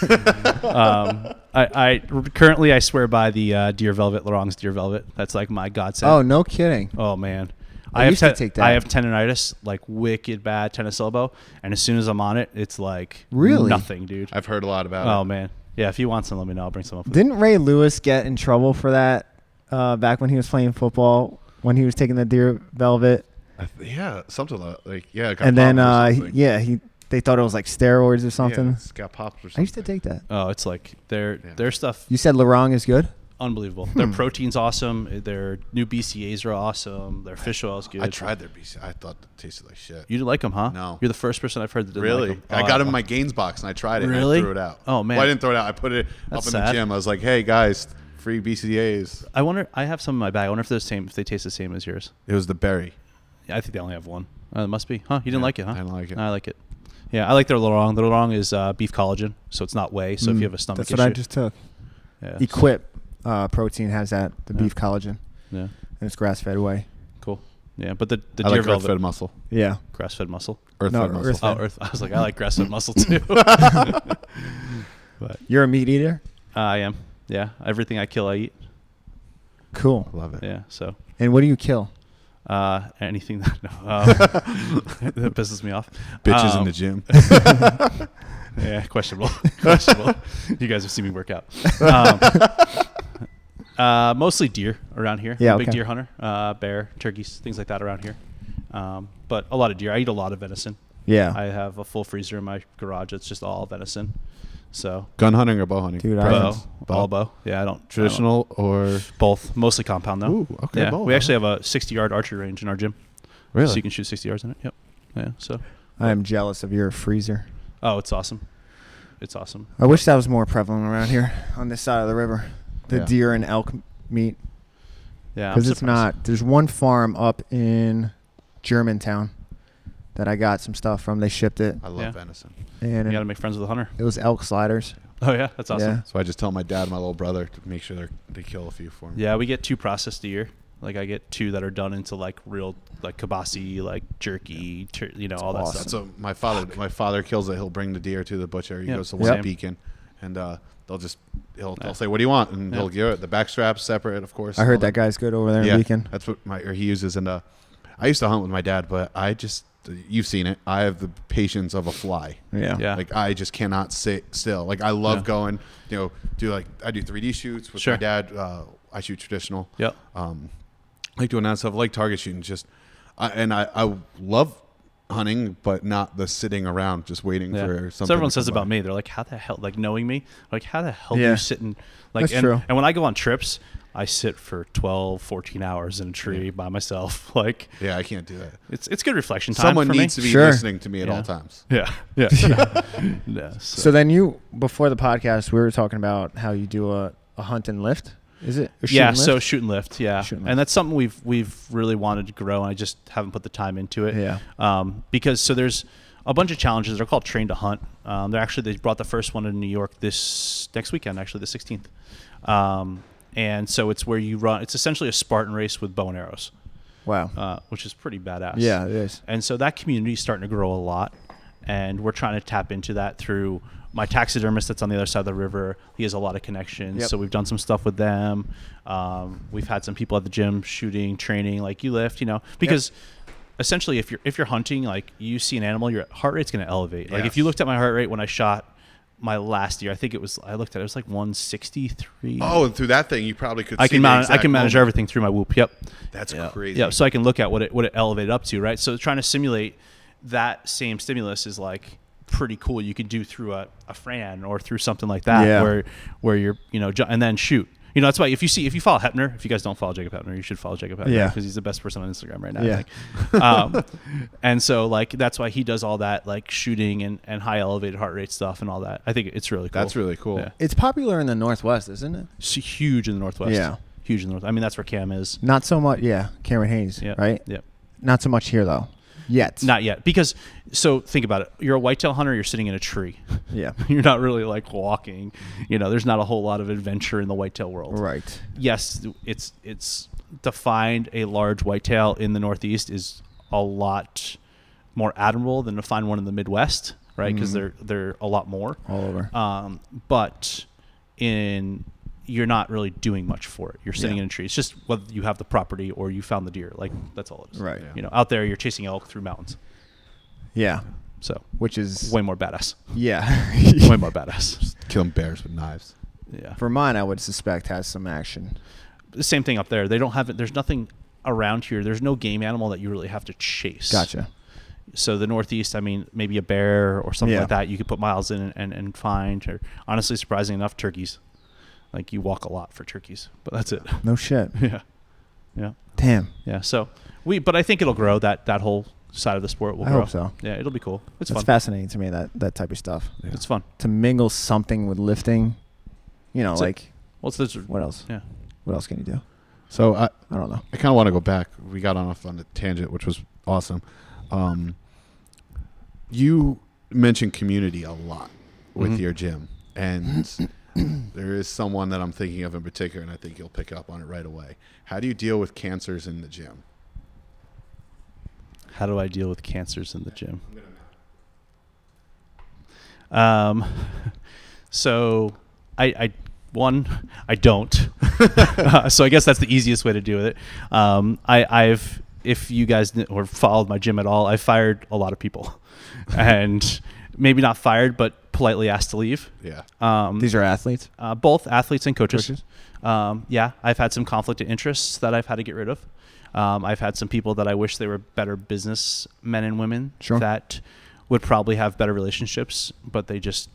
D: um, I, I currently I swear by the uh, Deer Velvet, Laurent's Deer Velvet. That's like my godsend.
C: Oh, no kidding.
D: Oh man,
C: I
D: I, have
C: used to
D: ten-
C: take
D: I
C: that.
D: have tendonitis, like wicked bad tennis elbow, and as soon as I'm on it, it's like
C: Really?
D: nothing, dude.
B: I've heard a lot about
D: oh
B: it.
D: man, yeah. If you want some, let me know. I'll bring some up. with-
C: Didn't Ray Lewis get in trouble for that uh, back when he was playing football when he was taking the deer velvet?
B: I th- yeah, something like, like yeah. it Got
C: and then, uh,
B: popped or
C: he-
B: something.
C: yeah, he they thought it was like steroids or
B: Yeah,
C: something.
B: it's got popped or something.
C: I used to take that.
D: Oh, it's like their
B: Yeah.
D: their stuff
C: You Hmm. said Lorong is good.
D: unbelievable. Their protein's awesome. Their new BCA's are awesome. Their fish oil's good.
B: I tried their BC. I thought it tasted like shit.
D: You didn't like them, huh?
B: No.
D: You're the first person I've heard that didn't
B: really?
D: like 'em.
B: I
D: Oh,
B: got
D: I-
B: it in my gains box and I tried it.
D: Really?
B: And I threw it out.
D: Oh, man.
B: Well, I didn't throw it out. I put it up
D: That's
B: in
D: sad.
B: the gym. I was like, hey guys, free BCAAs.
D: I wonder. I have some in my bag. I wonder if they're the same. If they taste the same as yours.
B: It was the berry.
D: Yeah, I think they only have one. Uh, it must be, huh? You didn't
B: Yeah,
D: like it, huh?
B: I didn't like it.
D: I like it. Yeah, I like their Lorong. Their Lorong is uh, beef collagen, so it's not whey. So if you have a stomach
C: Mm. that's
D: issue,
C: what I just took.
D: Mm. yeah,
C: Equip uh, protein has that the
D: Yeah.
C: beef collagen
D: yeah,
C: and it's grass fed whey.
D: cool. Yeah, but the the
B: I
D: deer
B: like
D: velvet
B: earth-fed muscle.
C: Yeah,
D: grass fed muscle.
B: Earth-fed
C: No,
B: muscle.
C: earth-fed.
D: Oh, earth. I was like, I like grass fed muscle too. but
C: you're a meat eater.
D: I am. Yeah, everything I kill, I eat.
C: Cool.
B: I love it.
D: Yeah, so
C: And what do you kill?
D: uh, anything that no, um, that pisses me off.
B: Bitches in
D: Um,
B: the gym.
D: Yeah, questionable. questionable. You guys have seen me work out. Um, uh, mostly deer around here.
C: Yeah,
D: I'm a big
C: okay.
D: deer hunter. Uh, bear, turkeys, things like that around here. Um, but a lot of deer. I eat a lot of venison.
C: Yeah,
D: I have a full freezer in my garage. It's just all venison. So
B: Gun hunting or bow hunting?
C: Dude, I-
D: bow,
C: Preference?
B: Bow.
D: all bow. Yeah, I don't I don't-
B: Traditional or
D: both, mostly compound though.
B: Ooh, okay,
D: Yeah,
B: bow,
D: we
B: huh?
D: actually have a 60 yard archery range in our gym. So you can shoot 60 yards in it. Yep. Yeah. So
C: I am jealous of your freezer.
D: oh, it's awesome. It's awesome.
C: I wish that was more prevalent around here on this side of the river. The
B: Yeah.
C: deer and elk meat.
D: Yeah, I'm
C: because it's
D: surprised.
C: not. There's one farm up in Germantown that I got some stuff from. They shipped it,
B: I love
D: Yeah.
B: venison.
C: and
D: You got to make friends with the hunter.
C: it was elk sliders.
D: Oh yeah, that's awesome.
C: Yeah.
B: So I just tell my dad, and my little brother, to make sure they're, they kill a few for me.
D: Yeah, we get two processed a year. Like I get two that are done into like real like kibasi, like jerky, tur- you know, all that
C: awesome.
D: stuff.
B: So my father, my father kills it. He'll bring the deer to the butcher. He
D: Yeah,
B: goes to
D: Yep.
B: one
D: same.
B: beacon, and uh, they'll just he'll, they'll say, "What do you want?" And he'll give it the back straps separate, of course.
C: I
B: all
C: heard that
B: the-
C: guy's good over there
B: Yeah,
C: in Beacon.
B: that's what my or he uses. And uh, I used to hunt with my dad, but I just you've seen it. I have the patience of a fly.
C: Yeah.
D: Yeah.
B: Like I just cannot sit still. Like I love
D: Yeah.
B: going, you know, do like I do 3D shoots with
D: Sure.
B: my dad. Uh, I shoot traditional.
D: Yep.
B: Um, like doing that stuff, like target shooting. Just I, and I, I love hunting, but not the sitting around just waiting
D: Yeah.
B: for something.
D: So everyone
B: to
D: says
B: come
D: about
B: by.
D: me, they're like, "How the hell?" Like knowing me, like how the hell do
C: Yeah.
D: you sit and like?
C: That's
D: and,
C: true.
D: and when I go on trips, I sit for 12, 14 hours in a tree by myself. Like
B: Yeah, I can't do that.
D: it's it's good reflection time.
B: Someone
D: for
B: needs
D: me.
B: to be
C: Sure.
B: listening to me at
D: Yeah.
B: all times.
D: Yeah, yeah, yeah. so,
C: So then you before the podcast, we were talking about how you do a, a hunt and lift. Is it? Or shoot
D: yeah,
C: and lift?
D: so shoot and lift, yeah,
C: Shoot and lift.
D: and that's something we've we've really wanted to grow, and I just haven't put the time into it.
C: Yeah.
D: um, because so there's a bunch of challenges. They're called Train to Hunt. Um, they're actually they brought the first one in New York this next weekend, actually the 16th. Um, and so it's where you run. It's essentially a Spartan race with bow and arrows,
C: wow.
D: uh, which is pretty badass.
C: yeah, it is.
D: And so that community is starting to grow a lot. And we're trying to tap into that through my taxidermist that's on the other side of the river. He has a lot of connections.
C: Yep.
D: So we've done some stuff with them. Um, we've had some people at the gym shooting, training, like you lift, you know, because essentially if you're if you're hunting, like you see an animal, your heart rate's gonna elevate. Like if you
B: Yes.
D: looked at my heart rate when I shot my last year, I think it was I looked at it, it was like one sixty three.
B: Oh, and through that thing, you probably could.
D: I
B: see
D: can
B: the
D: manage. I
B: exact
D: can manage
B: moment.
D: everything through my whoop. Yep.
B: That's
D: yeah.
B: crazy.
D: Yeah. So I can look at what it what it elevated up to, right? So trying to simulate that same stimulus is like pretty cool. You can do through a, a Fran or through something like that,
C: Yeah.
D: where where you're you know ju- and then shoot. You know that's why if you see if you follow Hepner, if you guys don't follow Jacob Hepner, you should follow Jacob Hepner
C: Yeah.
D: because he's the best person on Instagram right now.
C: Yeah.
D: I think. um, and so like that's why he does all that like shooting and, and high elevated heart rate stuff and all that. I think it's really cool.
B: That's really cool.
D: Yeah.
C: It's popular in the Northwest, isn't it?
D: It's huge in the Northwest.
C: Yeah.
D: Huge in the North. I mean that's where Cam is.
C: Not so much. Yeah, Cameron Hayes.
D: Yeah.
C: Right.
D: Yeah.
C: Not so much here though. Yet.
D: Not yet, because so think about it. You're a whitetail hunter. You're sitting in a tree.
C: Yeah.
D: You're not really like walking. You know, there's not a whole lot of adventure in the whitetail world.
C: Right.
D: Yes, it's it's to find a large whitetail in the Northeast is a lot more admirable than to find one in the Midwest, right? Because they're they're a lot more.
C: Mm-hmm. All over.
D: Um, but in you're not really doing much for it. You're sitting
C: Yeah.
D: in a tree. It's just whether you have the property or you found the deer. Like that's all it is.
C: Right.
B: Yeah.
D: You know, out there you're chasing elk through mountains.
C: Yeah.
D: So
C: Which is
D: way more badass.
C: yeah.
D: Way more badass.
B: Killing bears with knives.
D: Yeah.
C: Vermont, I would suspect, has some action.
D: The same thing up there. They don't have it. There's nothing around here. There's no game animal that you really have to chase.
C: Gotcha.
D: So the Northeast, I mean, maybe a bear or something
C: Yeah.
D: like that. You could put miles in and, and, and find. Or honestly, surprising enough, turkeys. Like you walk a lot for turkeys, but that's it.
C: No shit.
D: yeah. Yeah.
C: Damn.
D: Yeah. So we, but I think it'll grow. That that whole side of the sport will
C: I
D: grow.
C: hope so.
D: Yeah, it'll be cool. It's
C: That's
D: fun.
C: fascinating to me that that type of stuff.
D: It's fun.
C: To mingle something with lifting, you know,
D: It's a-
C: like
D: Well, it's, there's,
C: what else?
D: yeah.
C: What else can you do?
B: So I,
C: I don't know.
B: I kind of want to go back. We got on off on a tangent, which was awesome. Um, you mentioned community a lot with
D: Mhm.
B: your gym, and there is someone that I'm thinking of in particular, and I think you'll pick up on it right away. How do you deal with cancers in the gym?
D: How do I deal with cancers in the gym? Um, so I, I one I don't. so I guess that's the easiest way to do it. Um, I, I've if you guys kn- or followed my gym at all, I fired a lot of people, and maybe not fired, but politely asked to leave.
B: Yeah,
D: Um,
C: These are athletes.
D: uh, both athletes and coaches.
C: Coaches?
D: Um, yeah, I've had some conflict of interests that I've had to get rid of. Um, I've had some people that I wish they were better business men and women
C: Sure.
D: that would probably have better relationships, but they just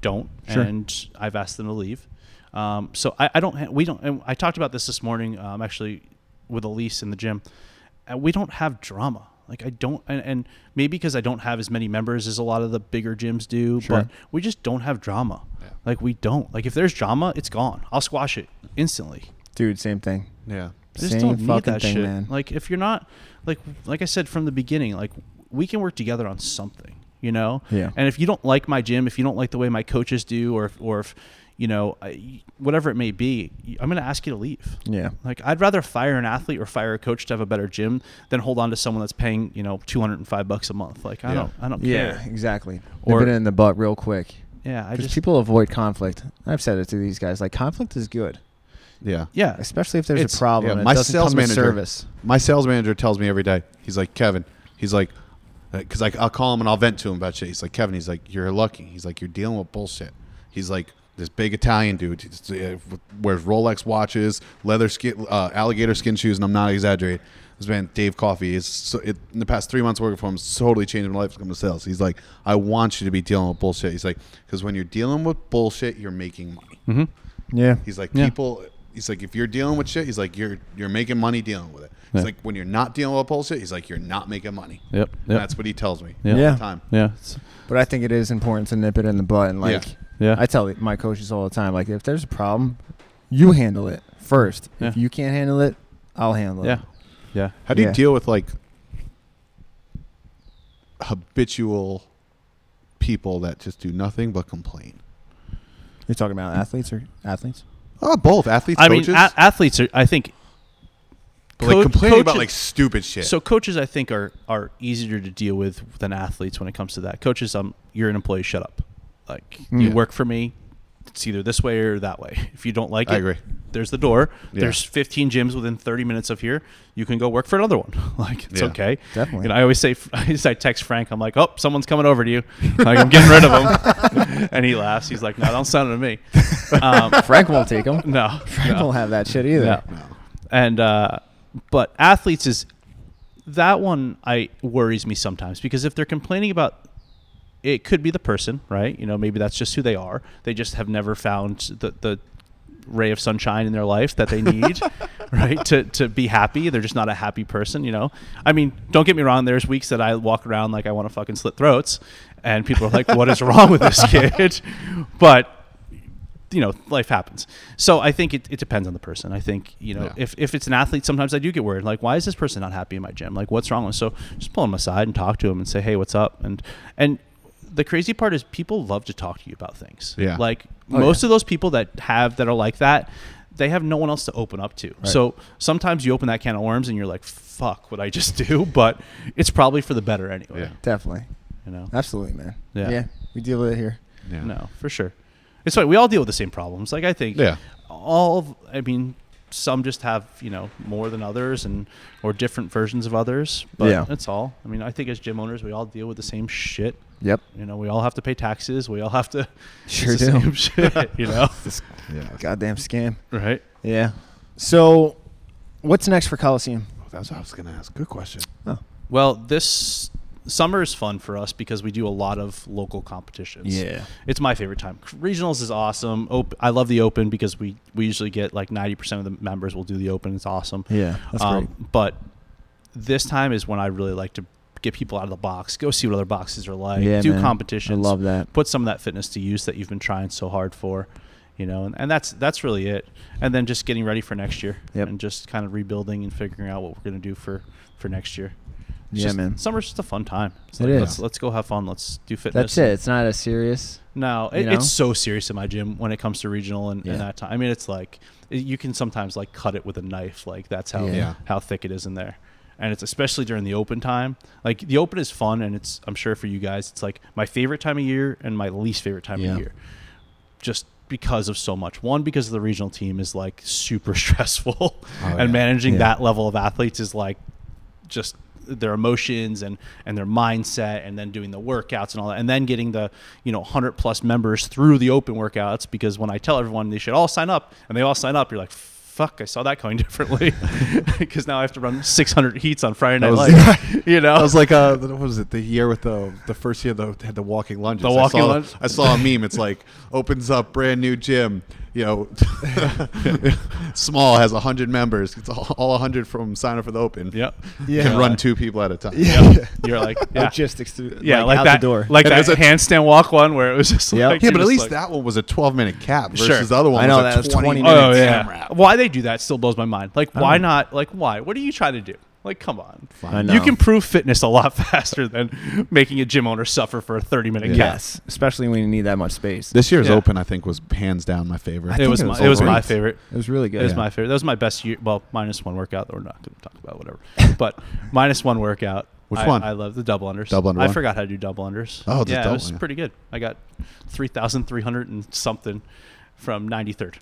D: don't.
C: Sure.
D: And I've asked them to leave. Um, so I, I don't. Ha- we don't. And I talked about this this morning, um, actually, with Elise in the gym. Uh, we don't have drama. Like I don't, and, and maybe because I don't have as many members as a lot of the bigger gyms do,
C: Sure.
D: but we just don't have drama.
B: Yeah.
D: Like we don't. Like if there's drama, it's gone. I'll squash it instantly.
C: Dude, same thing.
B: yeah.
D: I just
C: Same
D: don't need
C: fucking
D: that
C: thing,
D: shit.
C: man.
D: Like if you're not like like I said from the beginning, like we can work together on something, you know?
C: Yeah.
D: And if you don't like my gym, if you don't like the way my coaches do or if, or if you know, I, whatever it may be, I'm going to ask you to leave.
C: Yeah.
D: Like I'd rather fire an athlete or fire a coach to have a better gym than hold on to someone that's paying, you know, 205 bucks a month. Like I
B: Yeah.
D: don't I don't
C: Yeah,
D: care.
C: exactly.
D: Or-
C: Nip it in the butt real quick.
D: Yeah, I
C: Because
D: just
C: people avoid conflict. I've said it to these guys. Like conflict is good,
B: Yeah.
D: yeah,
C: especially if there's
D: It's-
C: a problem.
B: Yeah,
C: and
B: my
C: it doesn't
B: sales
C: come with
B: manager.
C: service.
B: My sales manager tells me every day. He's like Kevin. He's like, because like I'll call him and I'll vent to him about shit. He's like Kevin. He's like you're lucky. He's like you're dealing with bullshit. He's like this big Italian dude he's, uh, wears Rolex watches, leather skin, uh, alligator skin shoes, and I'm not exaggerating. This man Dave Coffey is so, it, in the past three months working for him has totally changed my life when it comes to sales. He's like, I want you to be dealing with bullshit. He's like, because when you're dealing with bullshit, you're making money.
C: Yeah.
B: He's like
D: Yeah.
B: people. He's like if you're dealing with shit, he's like you're you're making money dealing with it. He's
D: Yeah.
B: like when you're not dealing with bullshit, he's like you're not making money.
D: Yep,
B: And
D: yep.
B: that's what he tells me.
D: Yeah.
B: All
C: Yeah.
B: The time.
D: yeah. it's-
C: But I think it is important to nip it in the butt and like,
D: Yeah.
C: I tell my coaches all the time, like if there's a problem, you handle it first. If
D: Yeah.
C: you can't handle it, I'll handle
D: Yeah.
C: it.
D: Yeah.
B: How do you
C: Yeah.
B: deal with like habitual people that just do nothing but complain?
C: You're talking about athletes or athletes?
B: Oh, both athletes,
D: I mean,
B: coaches.
D: a- athletes are I think
B: But, like
D: co-
B: complaining about
D: coaches-
B: like stupid shit.
D: So coaches, I think, are are easier to deal with than athletes when it comes to that. Coaches, um, you're an employee. Shut up. Like you
B: Yeah.
D: work for me. It's either this way or that way. If you don't like it,
B: I agree.
D: there's the door.
B: Yeah.
D: There's 15 gyms within 30 minutes of here. You can go work for another one. Like it's
B: Yeah.
D: okay.
C: Definitely.
D: And I always say, I just I text Frank. I'm like, oh, someone's coming over to you. Like I'm getting rid of him. and he laughs. He's like, no, don't sound to me. Um,
C: Frank won't take them.
D: no,
C: Frank
D: no.
C: won't have that shit either.
D: No. And uh, but athletes is that one I worries me sometimes because if they're complaining about it could be the person, right? You know, maybe that's just who they are. They just have never found the the ray of sunshine in their life that they need, right? To to be happy. They're just not a happy person, you know. I mean, don't get me wrong, there's weeks that I walk around like I want to fucking slit throats and people are like, "What is wrong with this kid?" But you know, life happens. So I think it, it depends on the person. I think, you know,
B: Yeah.
D: if, if it's an athlete, sometimes I do get worried. Like, why is this person not happy in my gym? Like, what's wrong with So just pull them aside and talk to them and say, hey, what's up? And, and the crazy part is people love to talk to you about things.
B: Yeah.
D: Like,
C: Oh,
D: most
C: yeah.
D: of those people that have, that are like that, they have no one else to open up to. So sometimes you open that can of worms and you're like, fuck what I just do. But it's probably for the better anyway.
B: Yeah.
C: Definitely.
D: You know?
C: Absolutely, man.
D: Yeah.
C: we deal with it here.
B: yeah.
D: No, for sure. It's funny. We all deal with the same problems. Like I think,
B: Yeah.
D: all. Of, I mean, some just have you know more than others, and or different versions of others. But
C: Yeah.
D: that's all. I mean, I think as gym owners, we all deal with the same shit.
C: Yep.
D: You know, we all have to pay taxes. We all have to. it's
C: Sure
D: the
C: do.
D: Same shit. You know.
B: Yeah.
C: Goddamn scam.
D: right.
C: Yeah. So, what's next for Coliseum?
B: That's what I was gonna ask. Good question.
C: Oh,
D: Well, this summer is fun for us because we do a lot of local competitions.
C: Yeah.
D: it's my favorite time. Regionals is awesome. Op- I love the open because we we usually get like ninety percent of the members will do the open. It's awesome.
C: Yeah, that's
D: great. But this time is when I really like to get people out of the box, go see what other boxes are like,
C: Yeah,
D: do
C: man.
D: competitions.
C: I love that.
D: Put some of that fitness to use that you've been trying so hard for. You know, and, and that's that's really it. And then just getting ready for next year,
C: Yep.
D: and just kind of rebuilding and figuring out what we're gonna do for for next year. It's
C: Yeah,
D: just,
C: man.
D: Summer's just a fun time. It's
C: It
D: like,
C: is.
D: Let's, let's go have fun. Let's do fitness.
C: that's it. It's not as serious.
D: No,
C: You
D: it,
C: know?
D: it's so serious in my gym when it comes to regional and,
C: Yeah.
D: and that time. I mean, it's like it- you can sometimes like cut it with a knife. Like that's how
C: Yeah.
D: how thick it is in there. And it's especially during the open time. Like the open is fun, and it's I'm sure for you guys, it's like my favorite time of year and my least favorite time
C: Yeah.
D: of year, just because of so much. One because the regional team is like super stressful, and
B: yeah.
D: managing
C: Oh, Yeah.
D: that level of athletes is like just their emotions and and their mindset and then doing the workouts and all that and then getting the you know 100 plus members through the open workouts because when i tell everyone they should all sign up and they all sign up you're like fuck i saw that going differently because now i have to run 600 heats on friday night
B: That was-
D: live you know
B: I was like, uh, what was it? The year with the the first year that had the walking lunges.
D: The walking
B: I saw,
D: lunge?
B: I saw a meme. It's like opens up brand new gym. you know, small has 100 members. It's all, all 100 from sign up for the open.
D: Yep.
B: You
C: Yeah.
B: can run two people at a time.
D: Yep. You're like, yeah.
C: Logistics through,
D: yeah, like,
C: out
D: that
C: the door.
D: like
B: And
D: that
B: there's a-
D: handstand walk one where it was just
C: Yeah.
D: like
B: Yeah,
D: you're
B: but at
D: just
B: least
D: like-
B: that one was a 12 minute cap versus
D: Sure.
B: the other one
C: I know,
B: was a
C: that was
B: 20
C: 20
B: minute
C: minutes.
D: Oh yeah.
B: cam wrap.
D: Why they do that still blows my mind. Like why not? Like why? What are you trying to do? Like come on.
C: I know.
D: You can prove fitness a lot faster than making a gym owner suffer for a 30 minute
B: Yeah.
D: cat.
C: Yes, especially when you need that much space.
B: This year's
D: Yeah.
B: open, I think, was hands down my favorite.
D: It was,
C: it
D: my,
C: was
D: it was
C: over.
D: my favorite.
C: It was really good.
D: It was
C: Yeah.
D: my favorite. That was my best year. Well, minus one workout that we're not going to talk about, whatever. But minus one workout.
B: Which
D: I-
B: one?
D: I love the double unders.
B: Double under
D: I
B: one?
D: forgot how to do double unders.
B: Oh, the
D: yeah,
B: double,
D: it was
B: yeah.
D: pretty good. I got 3,300 and something from 93rd.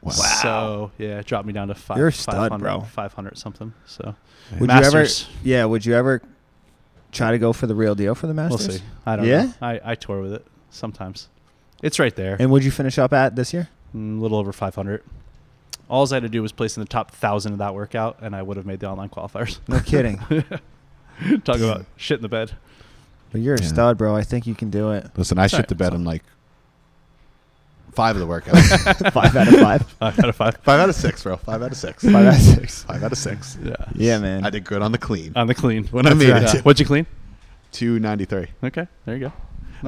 B: Wow.
D: So yeah, it dropped me down to five.
C: You're a stud,
D: 500,
C: bro.
D: 500 something. So
C: Would
D: Masters.
C: you ever? Yeah. Would you ever try to go for the real deal for the
D: We'll
C: Masters?
D: see. I don't
C: Yeah?
D: know. I, I tour with it sometimes. It's right there.
C: And would you finish up at this year?
D: Mm, little over 500. All I had to do was place in the top 1,000 of that workout, and I would have made the online qualifiers.
C: No kidding.
D: Talk about shit in the bed.
C: but you're a
B: Yeah.
C: stud, bro. I think you can do it.
B: Listen, I shit
D: Sorry.
B: the bed in like five of the workouts.
C: Five out of five.
D: Five out of five.
B: five out of six, bro. Five out of six.
C: Five out of six. Uh,
B: Five out of six.
D: Yeah.
C: Yeah, man.
B: I did good on the clean.
D: On the clean.
B: When I made
D: Yeah.
B: it.
D: What'd you clean?
B: 293.
D: Okay. There you go.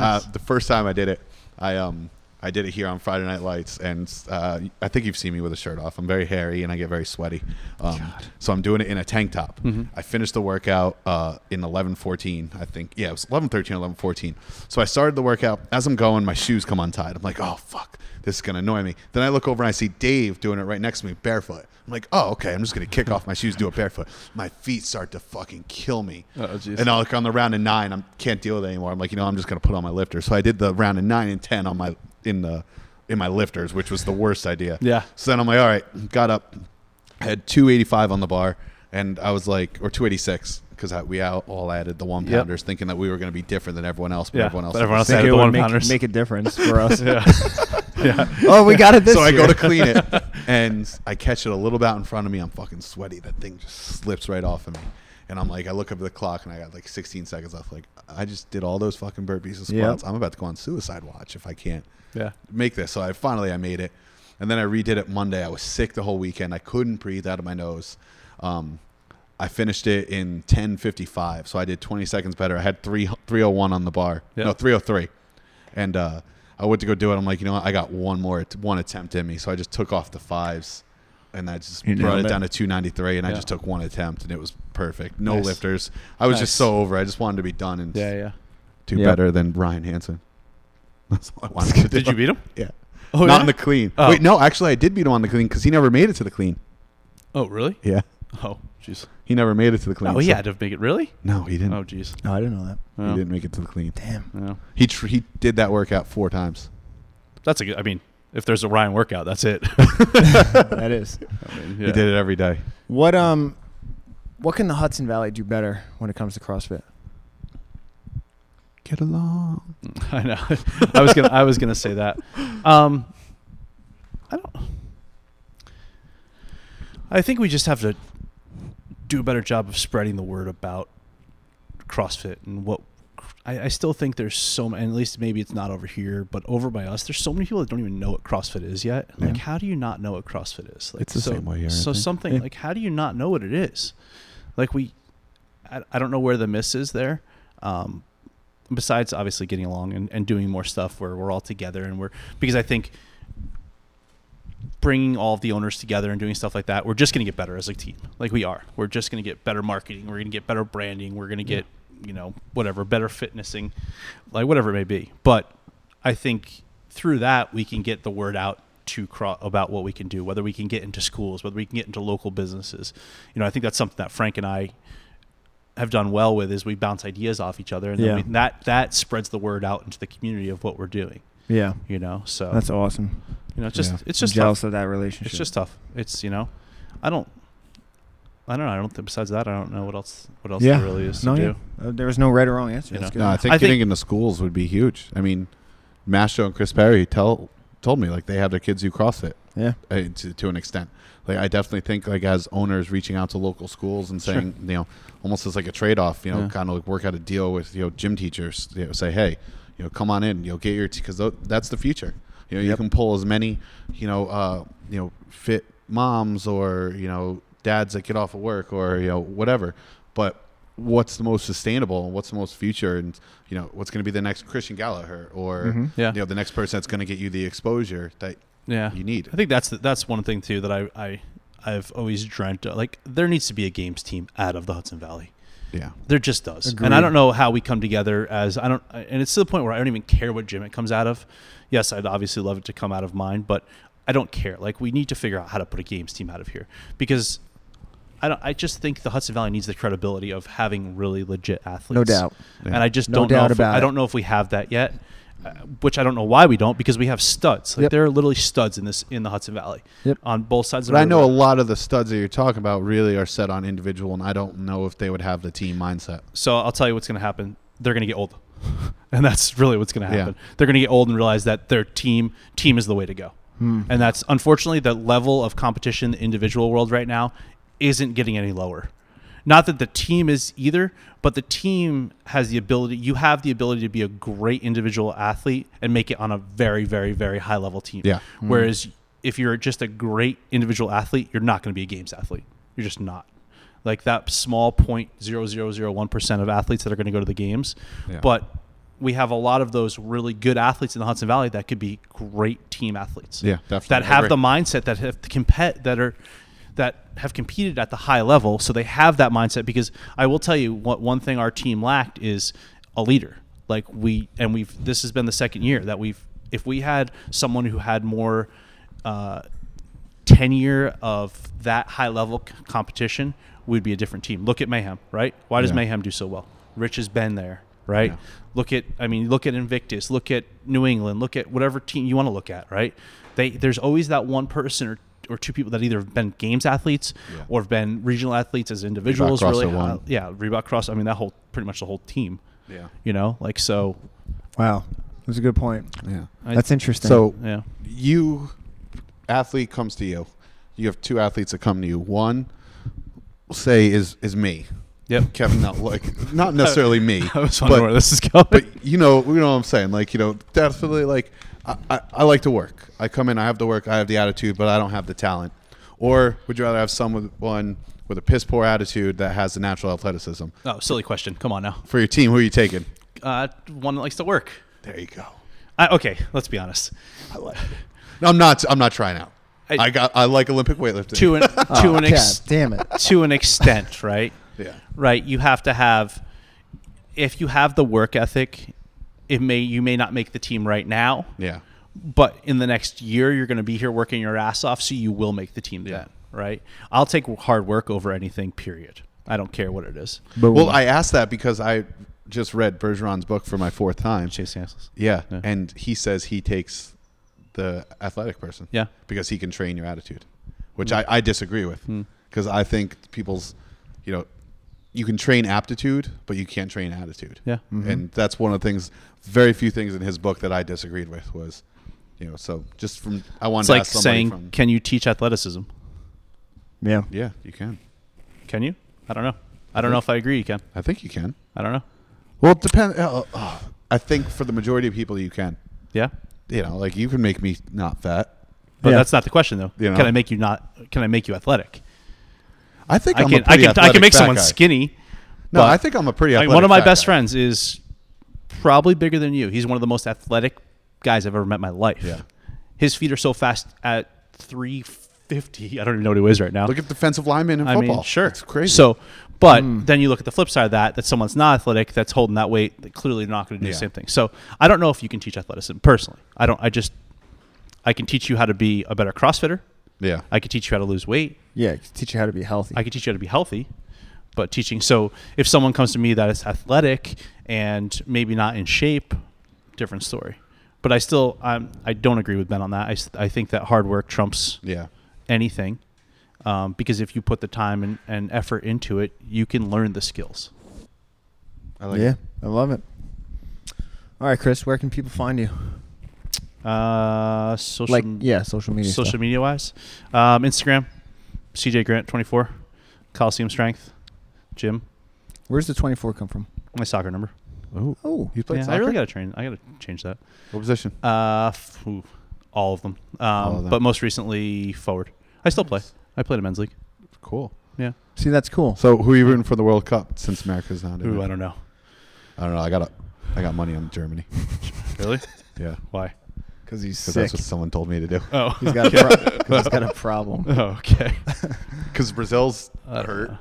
B: Uh, the first time I did it, I um I did it here on Friday Night Lights, and uh, I think you've seen me with a shirt off. I'm very hairy and I get very sweaty, um, so I'm doing it in a tank top.
D: Mm-hmm.
B: I finished the workout uh, in 11:14, I think. Yeah, it was 11:13, 11:14. So I started the workout. As I'm going, my shoes come untied. I'm like, oh fuck, this is gonna annoy me. Then I look over and I see Dave doing it right next to me, barefoot. I'm like, oh okay, I'm just gonna kick off my shoes, do it barefoot. My feet start to fucking kill me.
D: Oh, jeez.
B: And I like on the round of nine, I can't deal with it anymore. I'm like, you know, I'm just gonna put on my lifter. So I did the round of nine and ten on my in the in my lifters, which was the worst idea.
D: Yeah.
B: So then I'm like, all right, got up, I had 285 on the bar, and I was like, or 286 because we all- all added the one
D: Yep.
B: pounders, thinking that we were gonna be different than everyone else. but
D: Yeah,
B: everyone else.
D: but everyone
B: was
D: else
B: the
D: had
B: same.
D: the one
C: make,
D: pounders.
C: make a difference for us.
D: Yeah. yeah.
C: Oh, we got it this
B: so I
C: year.
B: go to clean it, and I catch it a little bit out in front of me. I'm fucking sweaty. That thing just slips right off of me. And I'm like, I look up at the clock, and I got like 16 seconds left. Like, I just did all those fucking burpees and
C: Yep.
B: squats. I'm about to go on suicide watch if I can't
D: Yeah.
B: make this. So I finally I made it, and then I redid it Monday. I was sick the whole weekend. I couldn't breathe out of my nose. Um, I finished it in 10:55, so I did 20 seconds better. I had three 301 on the bar,
D: Yeah.
B: no 303, and uh, I went to go do it. I'm like, you know what? I got one more att- one attempt in me, so I just took off the fives. And I just
C: You
B: brought
C: nailed
B: it
C: it.
B: down to 293, and I
D: Yeah.
B: just took one attempt, and it was perfect. No
D: Nice.
B: lifters. I was
D: Nice.
B: just so over. I just wanted to be done and
D: Yeah. Yeah.
B: do
C: Yep.
B: better than Brian Hansen. That's all I wanted to do.
D: Did you beat him?
B: Yeah.
D: Oh,
B: not
D: yeah?
B: on the clean.
D: Oh.
B: Wait, no, actually, I did beat him on the clean because he never made it to the clean.
D: Oh, really?
B: Yeah.
D: Oh, jeez.
B: He never made it to the clean.
D: Oh, he
B: so-
D: had to make it. Really?
B: No, he didn't.
D: Oh, jeez.
C: No, I didn't know that.
B: he didn't make it to the clean.
C: Damn.
D: No.
B: He tr- he did that workout four times.
D: That's a good. I mean, if there's a Ryan workout, that's it.
C: That is.
D: I mean,
B: He
D: yeah.
B: did it every day.
C: What um, what can the Hudson Valley do better when it comes to CrossFit?
B: Get along.
D: I know. I was gonna. I was gonna say that. Um, I don't. I think we just have to do a better job of spreading the word about CrossFit and what. I, I still think there's so many, and at least maybe it's not over here, but over by us, there's so many people that don't even know what CrossFit is yet. Like,
B: Yeah.
D: how do you not know what CrossFit is? Like,
B: It's the
D: so,
B: same way here, I
D: So
B: think.
D: something
B: Yeah.
D: like, how do you not know what it is? Like we, I, I don't know where the miss is there. Um, besides obviously getting along and, and doing more stuff where we're all together and we're because I think bringing all of the owners together and doing stuff like that, we're just going to get better as a team. Like we are. We're just going to get better marketing. We're going to get better branding. We're going to get, you know, whatever, better fitnessing, like whatever it may be. But I think through that, we can get the word out to cro- about what we can do, whether we can get into schools, whether we can get into local businesses. You know, I think that's something that Frank and I have done well with is we bounce ideas off each other and
C: Yeah.
D: then we, that that spreads the word out into the community of what we're doing,
C: Yeah,
D: you know? So,
C: that's awesome.
D: you know, it's just
B: Yeah.
D: it's
C: I'm
D: just tough.
C: jealous of that relationship.
D: It's just tough. It's you know, I don't, I don't know. I don't. think Besides that, I don't know what else. What else
C: yeah.
D: there really is
C: no,
D: to
C: yeah.
D: do.
C: Uh, there was no right or wrong answer.
D: You
C: That's
D: know?
C: good.
B: No, I think
D: I
B: getting
D: think-
B: into schools would be huge. I mean, Mastro and Chris Perry tell told me like they have their kids do CrossFit.
C: yeah.
B: uh, to, to an extent. Like I definitely think like as owners reaching out to local schools and saying you know almost as like a trade off you know
D: Yeah.
B: kind of like work out a deal with you know gym teachers you know say hey you know come on in you know get your because th- that's the future You know, you can pull as many, you know, uh, you know, fit moms or you know dads that get off of work or you know whatever. But what's the most sustainable and what's the most future and you know what's going to be the next Christian Gallagher or
D: Mm-hmm. Yeah.
B: you know the next person that's going to get you the exposure that
D: yeah
B: you need.
D: i think that's the, that's one thing too that i i i've always dreamt of like there needs to be a games team out of the hudson valley
B: yeah.
D: there just does and
C: Agreed.
D: i don't know how we come together as i don't and it's to the point where i don't even care what gym it comes out of yes i'd obviously love it to come out of mine but i don't care like we need to figure out how to put a games team out of here because I, don't, I just think the Hudson Valley needs the credibility of having really legit athletes.
C: doubt.
D: And I just
C: No
D: don't
C: doubt
D: know if
C: about
D: I
C: it.
D: don't know if we have that yet, uh, which I don't know why we don't because we have studs. Like
C: Yep.
D: there are literally studs in this in the Hudson Valley
C: Yep.
D: on both sides of
B: But I
D: the
B: know a
D: river.
B: lot of the studs that you're talking about really are set on individual, and I don't know if they would have the team mindset.
D: So I'll tell you what's going to happen. They're going to get old, and that's really what's going to
B: Yeah.
D: happen. They're going to get old and realize that their team team is the way to go. And that's unfortunately the level of competition in the individual world right now isn't getting any lower. Not that the team is either, but the team has the ability. You have the ability to be a great individual athlete and make it on a very, very, very high level team.
B: Yeah.
D: Whereas if you're just a great individual athlete, you're not going to be a games athlete. You're just not. Like that small point zero zero zero one percent of athletes that are going to go to the games,
B: Yeah.
D: but we have a lot of those really good athletes in the Hudson Valley that could be great team athletes.
B: Yeah, definitely.
D: That
B: I
D: have
B: agree.
D: the mindset that have to compete that are that have competed at the high level, so they have that mindset. Because I will tell you what one thing our team lacked is a leader. Like we and we've this has been the second year that we've if we had someone who had more. Uh, tenure of that high level c- competition, we'd be a different team. Look at Mayhem, right? Why does
B: Yeah.
D: Mayhem do so well? Rich has been there, right?
B: Yeah.
D: Look at, I mean, look at Invictus, look at New England, look at whatever team you want to look at, right? They there's always that one person or or two people that either have been games athletes
B: Yeah.
D: or have been regional athletes as individuals.
B: Cross
D: really,
B: the
D: high-
B: one.
D: yeah, Reebok Cross. I mean, that whole pretty much the whole team.
B: Yeah.
D: you know, like so.
C: Wow, that's a good point.
B: Yeah.
D: I-
C: That's interesting.
B: So
D: Yeah,
B: you athlete comes to you. You have two athletes that come to you. One say is is me.
D: Yep.
B: Kevin, not like not necessarily me.
D: I was wondering
B: but-
D: where this is going.
B: but you know, you know what I'm saying. Like, you know, definitely like I, I, I like to work. I come in, I have the work, I have the attitude, but I don't have the talent. Or would you rather have someone with a piss poor attitude that has the natural athleticism?
D: oh, silly question. Come on now.
B: For your team, who are you taking?
D: Uh, one that likes to work.
B: There you go.
D: I, okay, let's be honest.
B: No, I'm not I'm not trying out.
D: I-
B: I, got I like Olympic weightlifting.
D: to an
B: Oh,
D: to
C: God
D: an ex-
C: damn it.
D: to an extent, right?
B: Yeah.
D: Right. You have to have if you have the work ethic, it may you may not make the team right now.
B: Yeah.
D: But in the next year you're gonna be here working your ass off, so you will make the team
B: Yeah.
D: then. Right? I'll take hard work over anything, period. I don't care what it is.
C: Boom.
B: Well, I asked that because I just read Bergeron's book for my fourth time.
D: Chase Ansel's.
B: Yeah.
D: Yeah.
B: And he says he takes the athletic person.
D: Yeah. Hmm.
B: Because he can train your attitude, which I, I disagree with. Because I think people's, you know, you can train aptitude, but you can't train attitude.
D: Yeah. Mm-hmm.
B: And that's one of the things, very few things in his book that I disagreed with was, you know, so just from, I wanted
D: It's
B: to
D: like
B: ask somebody
D: saying,
B: from,
D: Can you teach athleticism?
C: yeah.
B: yeah, you can.
D: Can you? I don't know. I don't know if I agree you can.
B: I think you can.
D: I don't know.
B: Well, it depends.
D: oh,
B: I think for the majority of people, you can.
D: Yeah.
B: You know, like you can make me not fat.
D: But
C: Yeah.
D: that's not the question though.
B: You know.
D: Can I make you not can I make you athletic?
B: I think I
D: I
B: am
D: can
B: a
D: I
B: pretty
D: can I can
B: athletic
D: make
B: fat
D: someone
B: guy.
D: skinny.
B: No,
D: but-
B: I think I'm a pretty
D: I
B: athletic.
D: mean, one of my
B: fat
D: best
B: guy.
D: friends is probably bigger than you. He's one of the most athletic guys I've ever met in my life.
B: Yeah.
D: His feet are so fast at 350. I don't even know what he weighs right now.
B: Look at defensive linemen in
D: I
B: football.
D: mean, sure.
B: it's crazy. Hmm.
D: So, but then you look at the flip side of that, that someone's not athletic, that's holding that weight, that clearly they're not going to do
B: Yeah.
D: the same thing. So, I don't know if you can teach athleticism personally. I don't, I just, I can teach you how to be a better CrossFitter.
B: yeah,
D: I can teach you how to lose weight.
C: Yeah, teach you how to be healthy.
D: I could teach you how to be healthy, but teaching. So if someone comes to me that is athletic and maybe not in shape, different story. But I still, I'm, I don't agree with Ben on that. I, s- I think that hard work trumps
B: yeah,
D: anything um, because if you put the time and, and effort into it, you can learn the skills.
B: I like.
C: yeah,
B: it.
C: I love it. All right, Chris, where can people find you?
D: Uh, social,
C: Like, yeah, social media.
D: social
C: stuff.
D: media wise, um, Instagram, CJ Grant twenty four, Coliseum Strength, Gym,
C: Where's the 24 come from?
D: my soccer number.
B: Oh,
C: Oh,
B: you played
D: yeah,
B: soccer.
D: I really gotta train. I gotta change that.
B: what position?
D: Uh, f- ooh, all of them. Um,
B: of them.
D: But most recently, forward. I still play. I played a men's league.
B: Cool.
D: Yeah.
C: See, that's cool.
B: So who are you rooting for the World Cup since America's not in
D: Ooh,
B: it?
D: I don't know.
B: I don't know. I got a, I got money on Germany.
D: Really?
B: Yeah,
D: Why?
C: Because he's
B: because
C: sick.
B: that's what someone told me to do.
D: Oh.
C: he's, got a pro- 'cause he's got a problem.
D: oh, okay.
B: Because Brazil's
D: I don't
B: hurt.
D: know.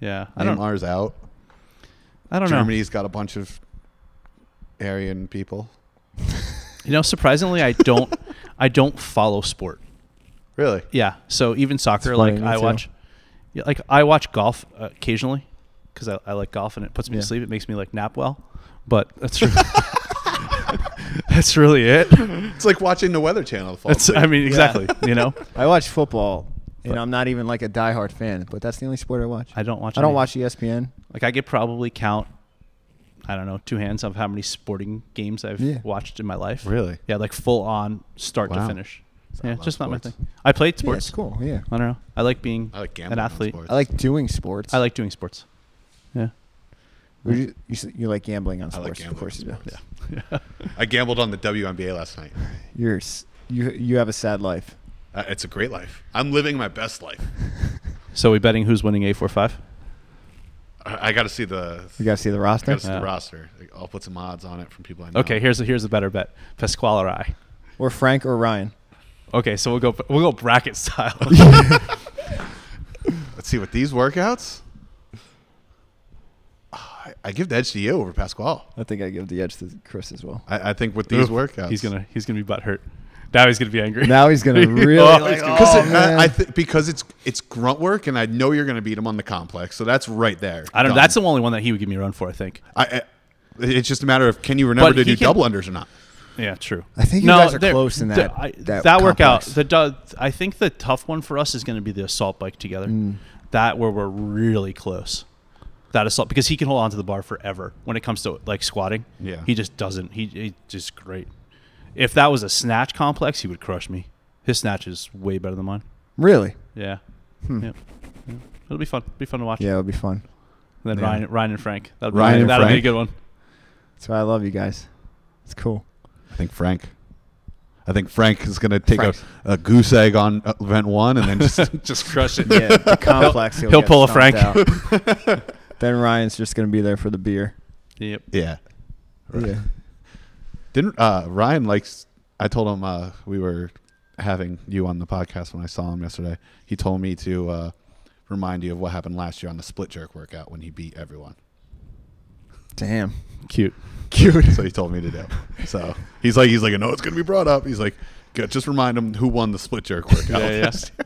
D: Yeah. I don't.
B: Neymar's out.
D: I don't know.
B: Germany's got a bunch of Aryan people.
D: You know, surprisingly, I don't. I don't follow sport.
B: Really?
D: Yeah. So even soccer,
C: funny,
D: like
C: me
D: I
C: too.
D: watch, yeah, like I watch golf uh, occasionally because I, I like golf and it puts me
C: Yeah.
D: to sleep. It makes me like nap well. But that's re- that's really it.
B: It's like watching the Weather Channel. to fall
D: That's
B: asleep.
D: I mean exactly. You know,
C: I watch football, and
D: But-
C: I'm not even like a diehard fan, but that's the only sport I watch.
D: I don't watch.
C: I don't
D: any-
C: watch E ESPN.
D: Like I could probably count. I don't know, two hands of how many sporting games I've
C: Yeah.
D: watched in my life.
B: Really?
D: Yeah, like full on start to
B: Wow.
D: finish.
B: I
D: yeah,
B: love
D: just not my
B: sports.
D: thing. I played
C: Yeah,
D: sports.
C: it's cool. Yeah,
D: I don't know. I like being
B: I like gambling.
D: an
B: on
D: athlete.
B: sports.
C: I like doing sports.
D: I like doing sports. Yeah.
C: Would You, you, s- you like gambling on
B: I like
C: sports,
B: gambling
C: of course.
B: on
C: You do.
B: sports. I gambled on the WNBA last night.
C: You're s- you you have a sad life.
B: Uh, it's a great life. I'm living my best life.
D: So we betting who's winning A45?
B: I, I got to see the.
C: You gotta see the
B: I got
C: roster
B: to see
D: Yeah.
B: the roster. Like, I'll put some odds on it from people I know.
D: Okay, here's a, here's a better bet. Pasquale or I.
C: or Frank or Ryan.
D: Okay, so we'll go we'll go bracket style.
B: Let's see what these workouts. I, I give the edge to you over Pasquale.
C: I think I give the edge to Chris as well.
B: I, I think with these
D: Oof,
B: workouts,
D: He's gonna he's gonna be butthurt. Now he's gonna be angry.
C: Now he's gonna really
D: Oh,
C: like,
D: he's gonna-
B: Because
C: "Oh,
B: it- uh,
C: man."
B: I, I th- because it's it's grunt work, and I know you're going to beat him on the complex, so that's right there.
D: I don't know.
B: Done.
D: That's the only one that he would give me a run for, I think.
B: I, I, it's just a matter of can you remember
D: But
B: to
D: he
B: do
D: can-
B: double unders or not?
D: Yeah, true.
C: I think you guys are
D: they're-
C: close in
D: they're-
C: that-
D: I-
C: that
D: workout.
C: complex.
D: The du- I think the tough one for us is going to be the assault bike together.
C: Mm.
D: That where we're really close. That assault because he can hold on to the bar forever when it comes to like squatting.
B: Yeah.
D: he just doesn't. He he just great. If that was a snatch complex, he would crush me. His snatch is way better than mine.
C: really?
D: Yeah. Yep. Yeah. It'll be fun. Be fun to watch.
C: Hmm. Yeah, it'll be fun.
D: And then
B: Yeah.
D: Ryan, Ryan and Frank. That'll be,
B: Ryan and
D: that'll be a
B: Frank.
D: good one.
C: That's why I love you guys. It's cool.
B: I think Frank. I think Frank is going to take a,
C: Frank.
B: a goose egg on event one and then just just crush it.
C: Yeah, the complex.
D: he'll
C: get
D: pull a
C: stomped
D: Frank.
C: out. then Ryan's just gonna be there for the beer.
D: Yep.
B: Yeah. Right.
C: Yeah.
B: Didn't uh, Ryan likes? I told him uh, we were having you on the podcast when I saw him yesterday. He told me to uh, remind you of what happened last year on the split jerk workout when he beat everyone.
C: Damn.
D: Cute.
B: Cute. So he told me to do. So he's like, he's like, no, it's gonna be brought up. He's like, "Good, just remind him who won the split jerk workout.
D: Yeah, yeah.
B: last year."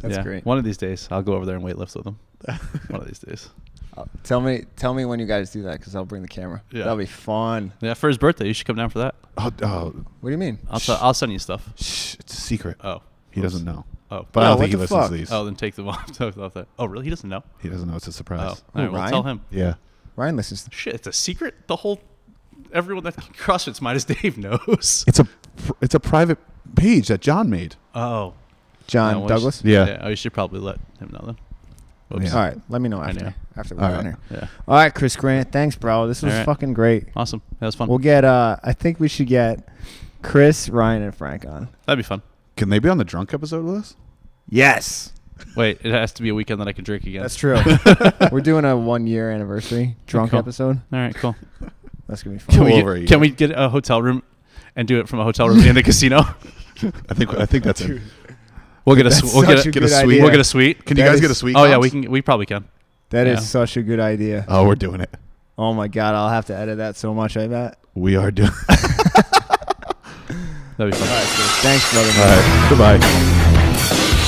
C: That's
D: Yeah.
C: great.
D: One of these days, I'll go over there and weightlift with him. One of these days.
C: Uh, Tell me, tell me when you guys do that, because I'll bring the camera.
D: Yeah.
C: That'll be fun.
D: Yeah, for his birthday, you should come down for that.
B: Oh, oh,
C: What do you mean?
D: I'll, i I'll send you stuff.
B: shh, it's a secret.
D: Oh,
B: he doesn't know.
D: Oh,
B: But I
C: No,
B: don't think he
C: what the
B: listens to
C: fuck?
B: these.
D: oh, then take them off. off that. Oh, really? He doesn't know.
B: He doesn't know it's a
D: Oh,
B: surprise.
D: all right. Well,
C: Ryan?
D: tell him.
B: Yeah.
C: Ryan listens.
D: Shit, it's a secret. The whole everyone that CrossFit's minus Dave knows.
B: It's a it's a private page that John made.
D: Oh,
C: John
D: No, well,
C: Uh, Douglas.
B: Yeah.
D: yeah. Oh, you should probably let him know then.
B: Yeah.
C: All right. Let me know
D: I
C: after.
D: know.
C: After we're
B: All
C: done
B: right.
C: here.
D: Yeah.
C: All right, Chris Grant. Thanks, bro. This was
D: All right.
C: fucking great.
D: Awesome. That was fun.
C: We'll get. uh I think we should get Chris, Ryan, and Frank on.
D: That'd be fun.
B: Can they be on the drunk episode with us?
C: Yes.
D: Wait, it has to be a weekend that I can drink again.
C: That's true. we're doing a one year anniversary drunk
D: Cool.
C: episode.
D: All right, cool.
C: That's gonna be
D: Can
C: fun.
B: Cool.
D: we
B: over a
D: get, can
B: year.
D: we get a hotel room and do it from a hotel room in the casino?
B: I think I think that's it.
D: We'll get a
C: That's
D: su- we'll get
C: such
D: a,
C: a
D: get a
C: good
D: suite.
C: idea.
D: We'll get a suite.
B: Can you
C: That
B: guys
C: is-
B: get a sweet?
D: oh yeah, we can. We probably can.
C: That is
D: Yeah. Uh,
C: such a good idea.
B: Oh, we're doing it.
C: Oh my god, I'll have to edit that so much. I bet.
B: We are doing.
D: That'd be fun.
C: Thanks, brother.
B: All right. Goodbye.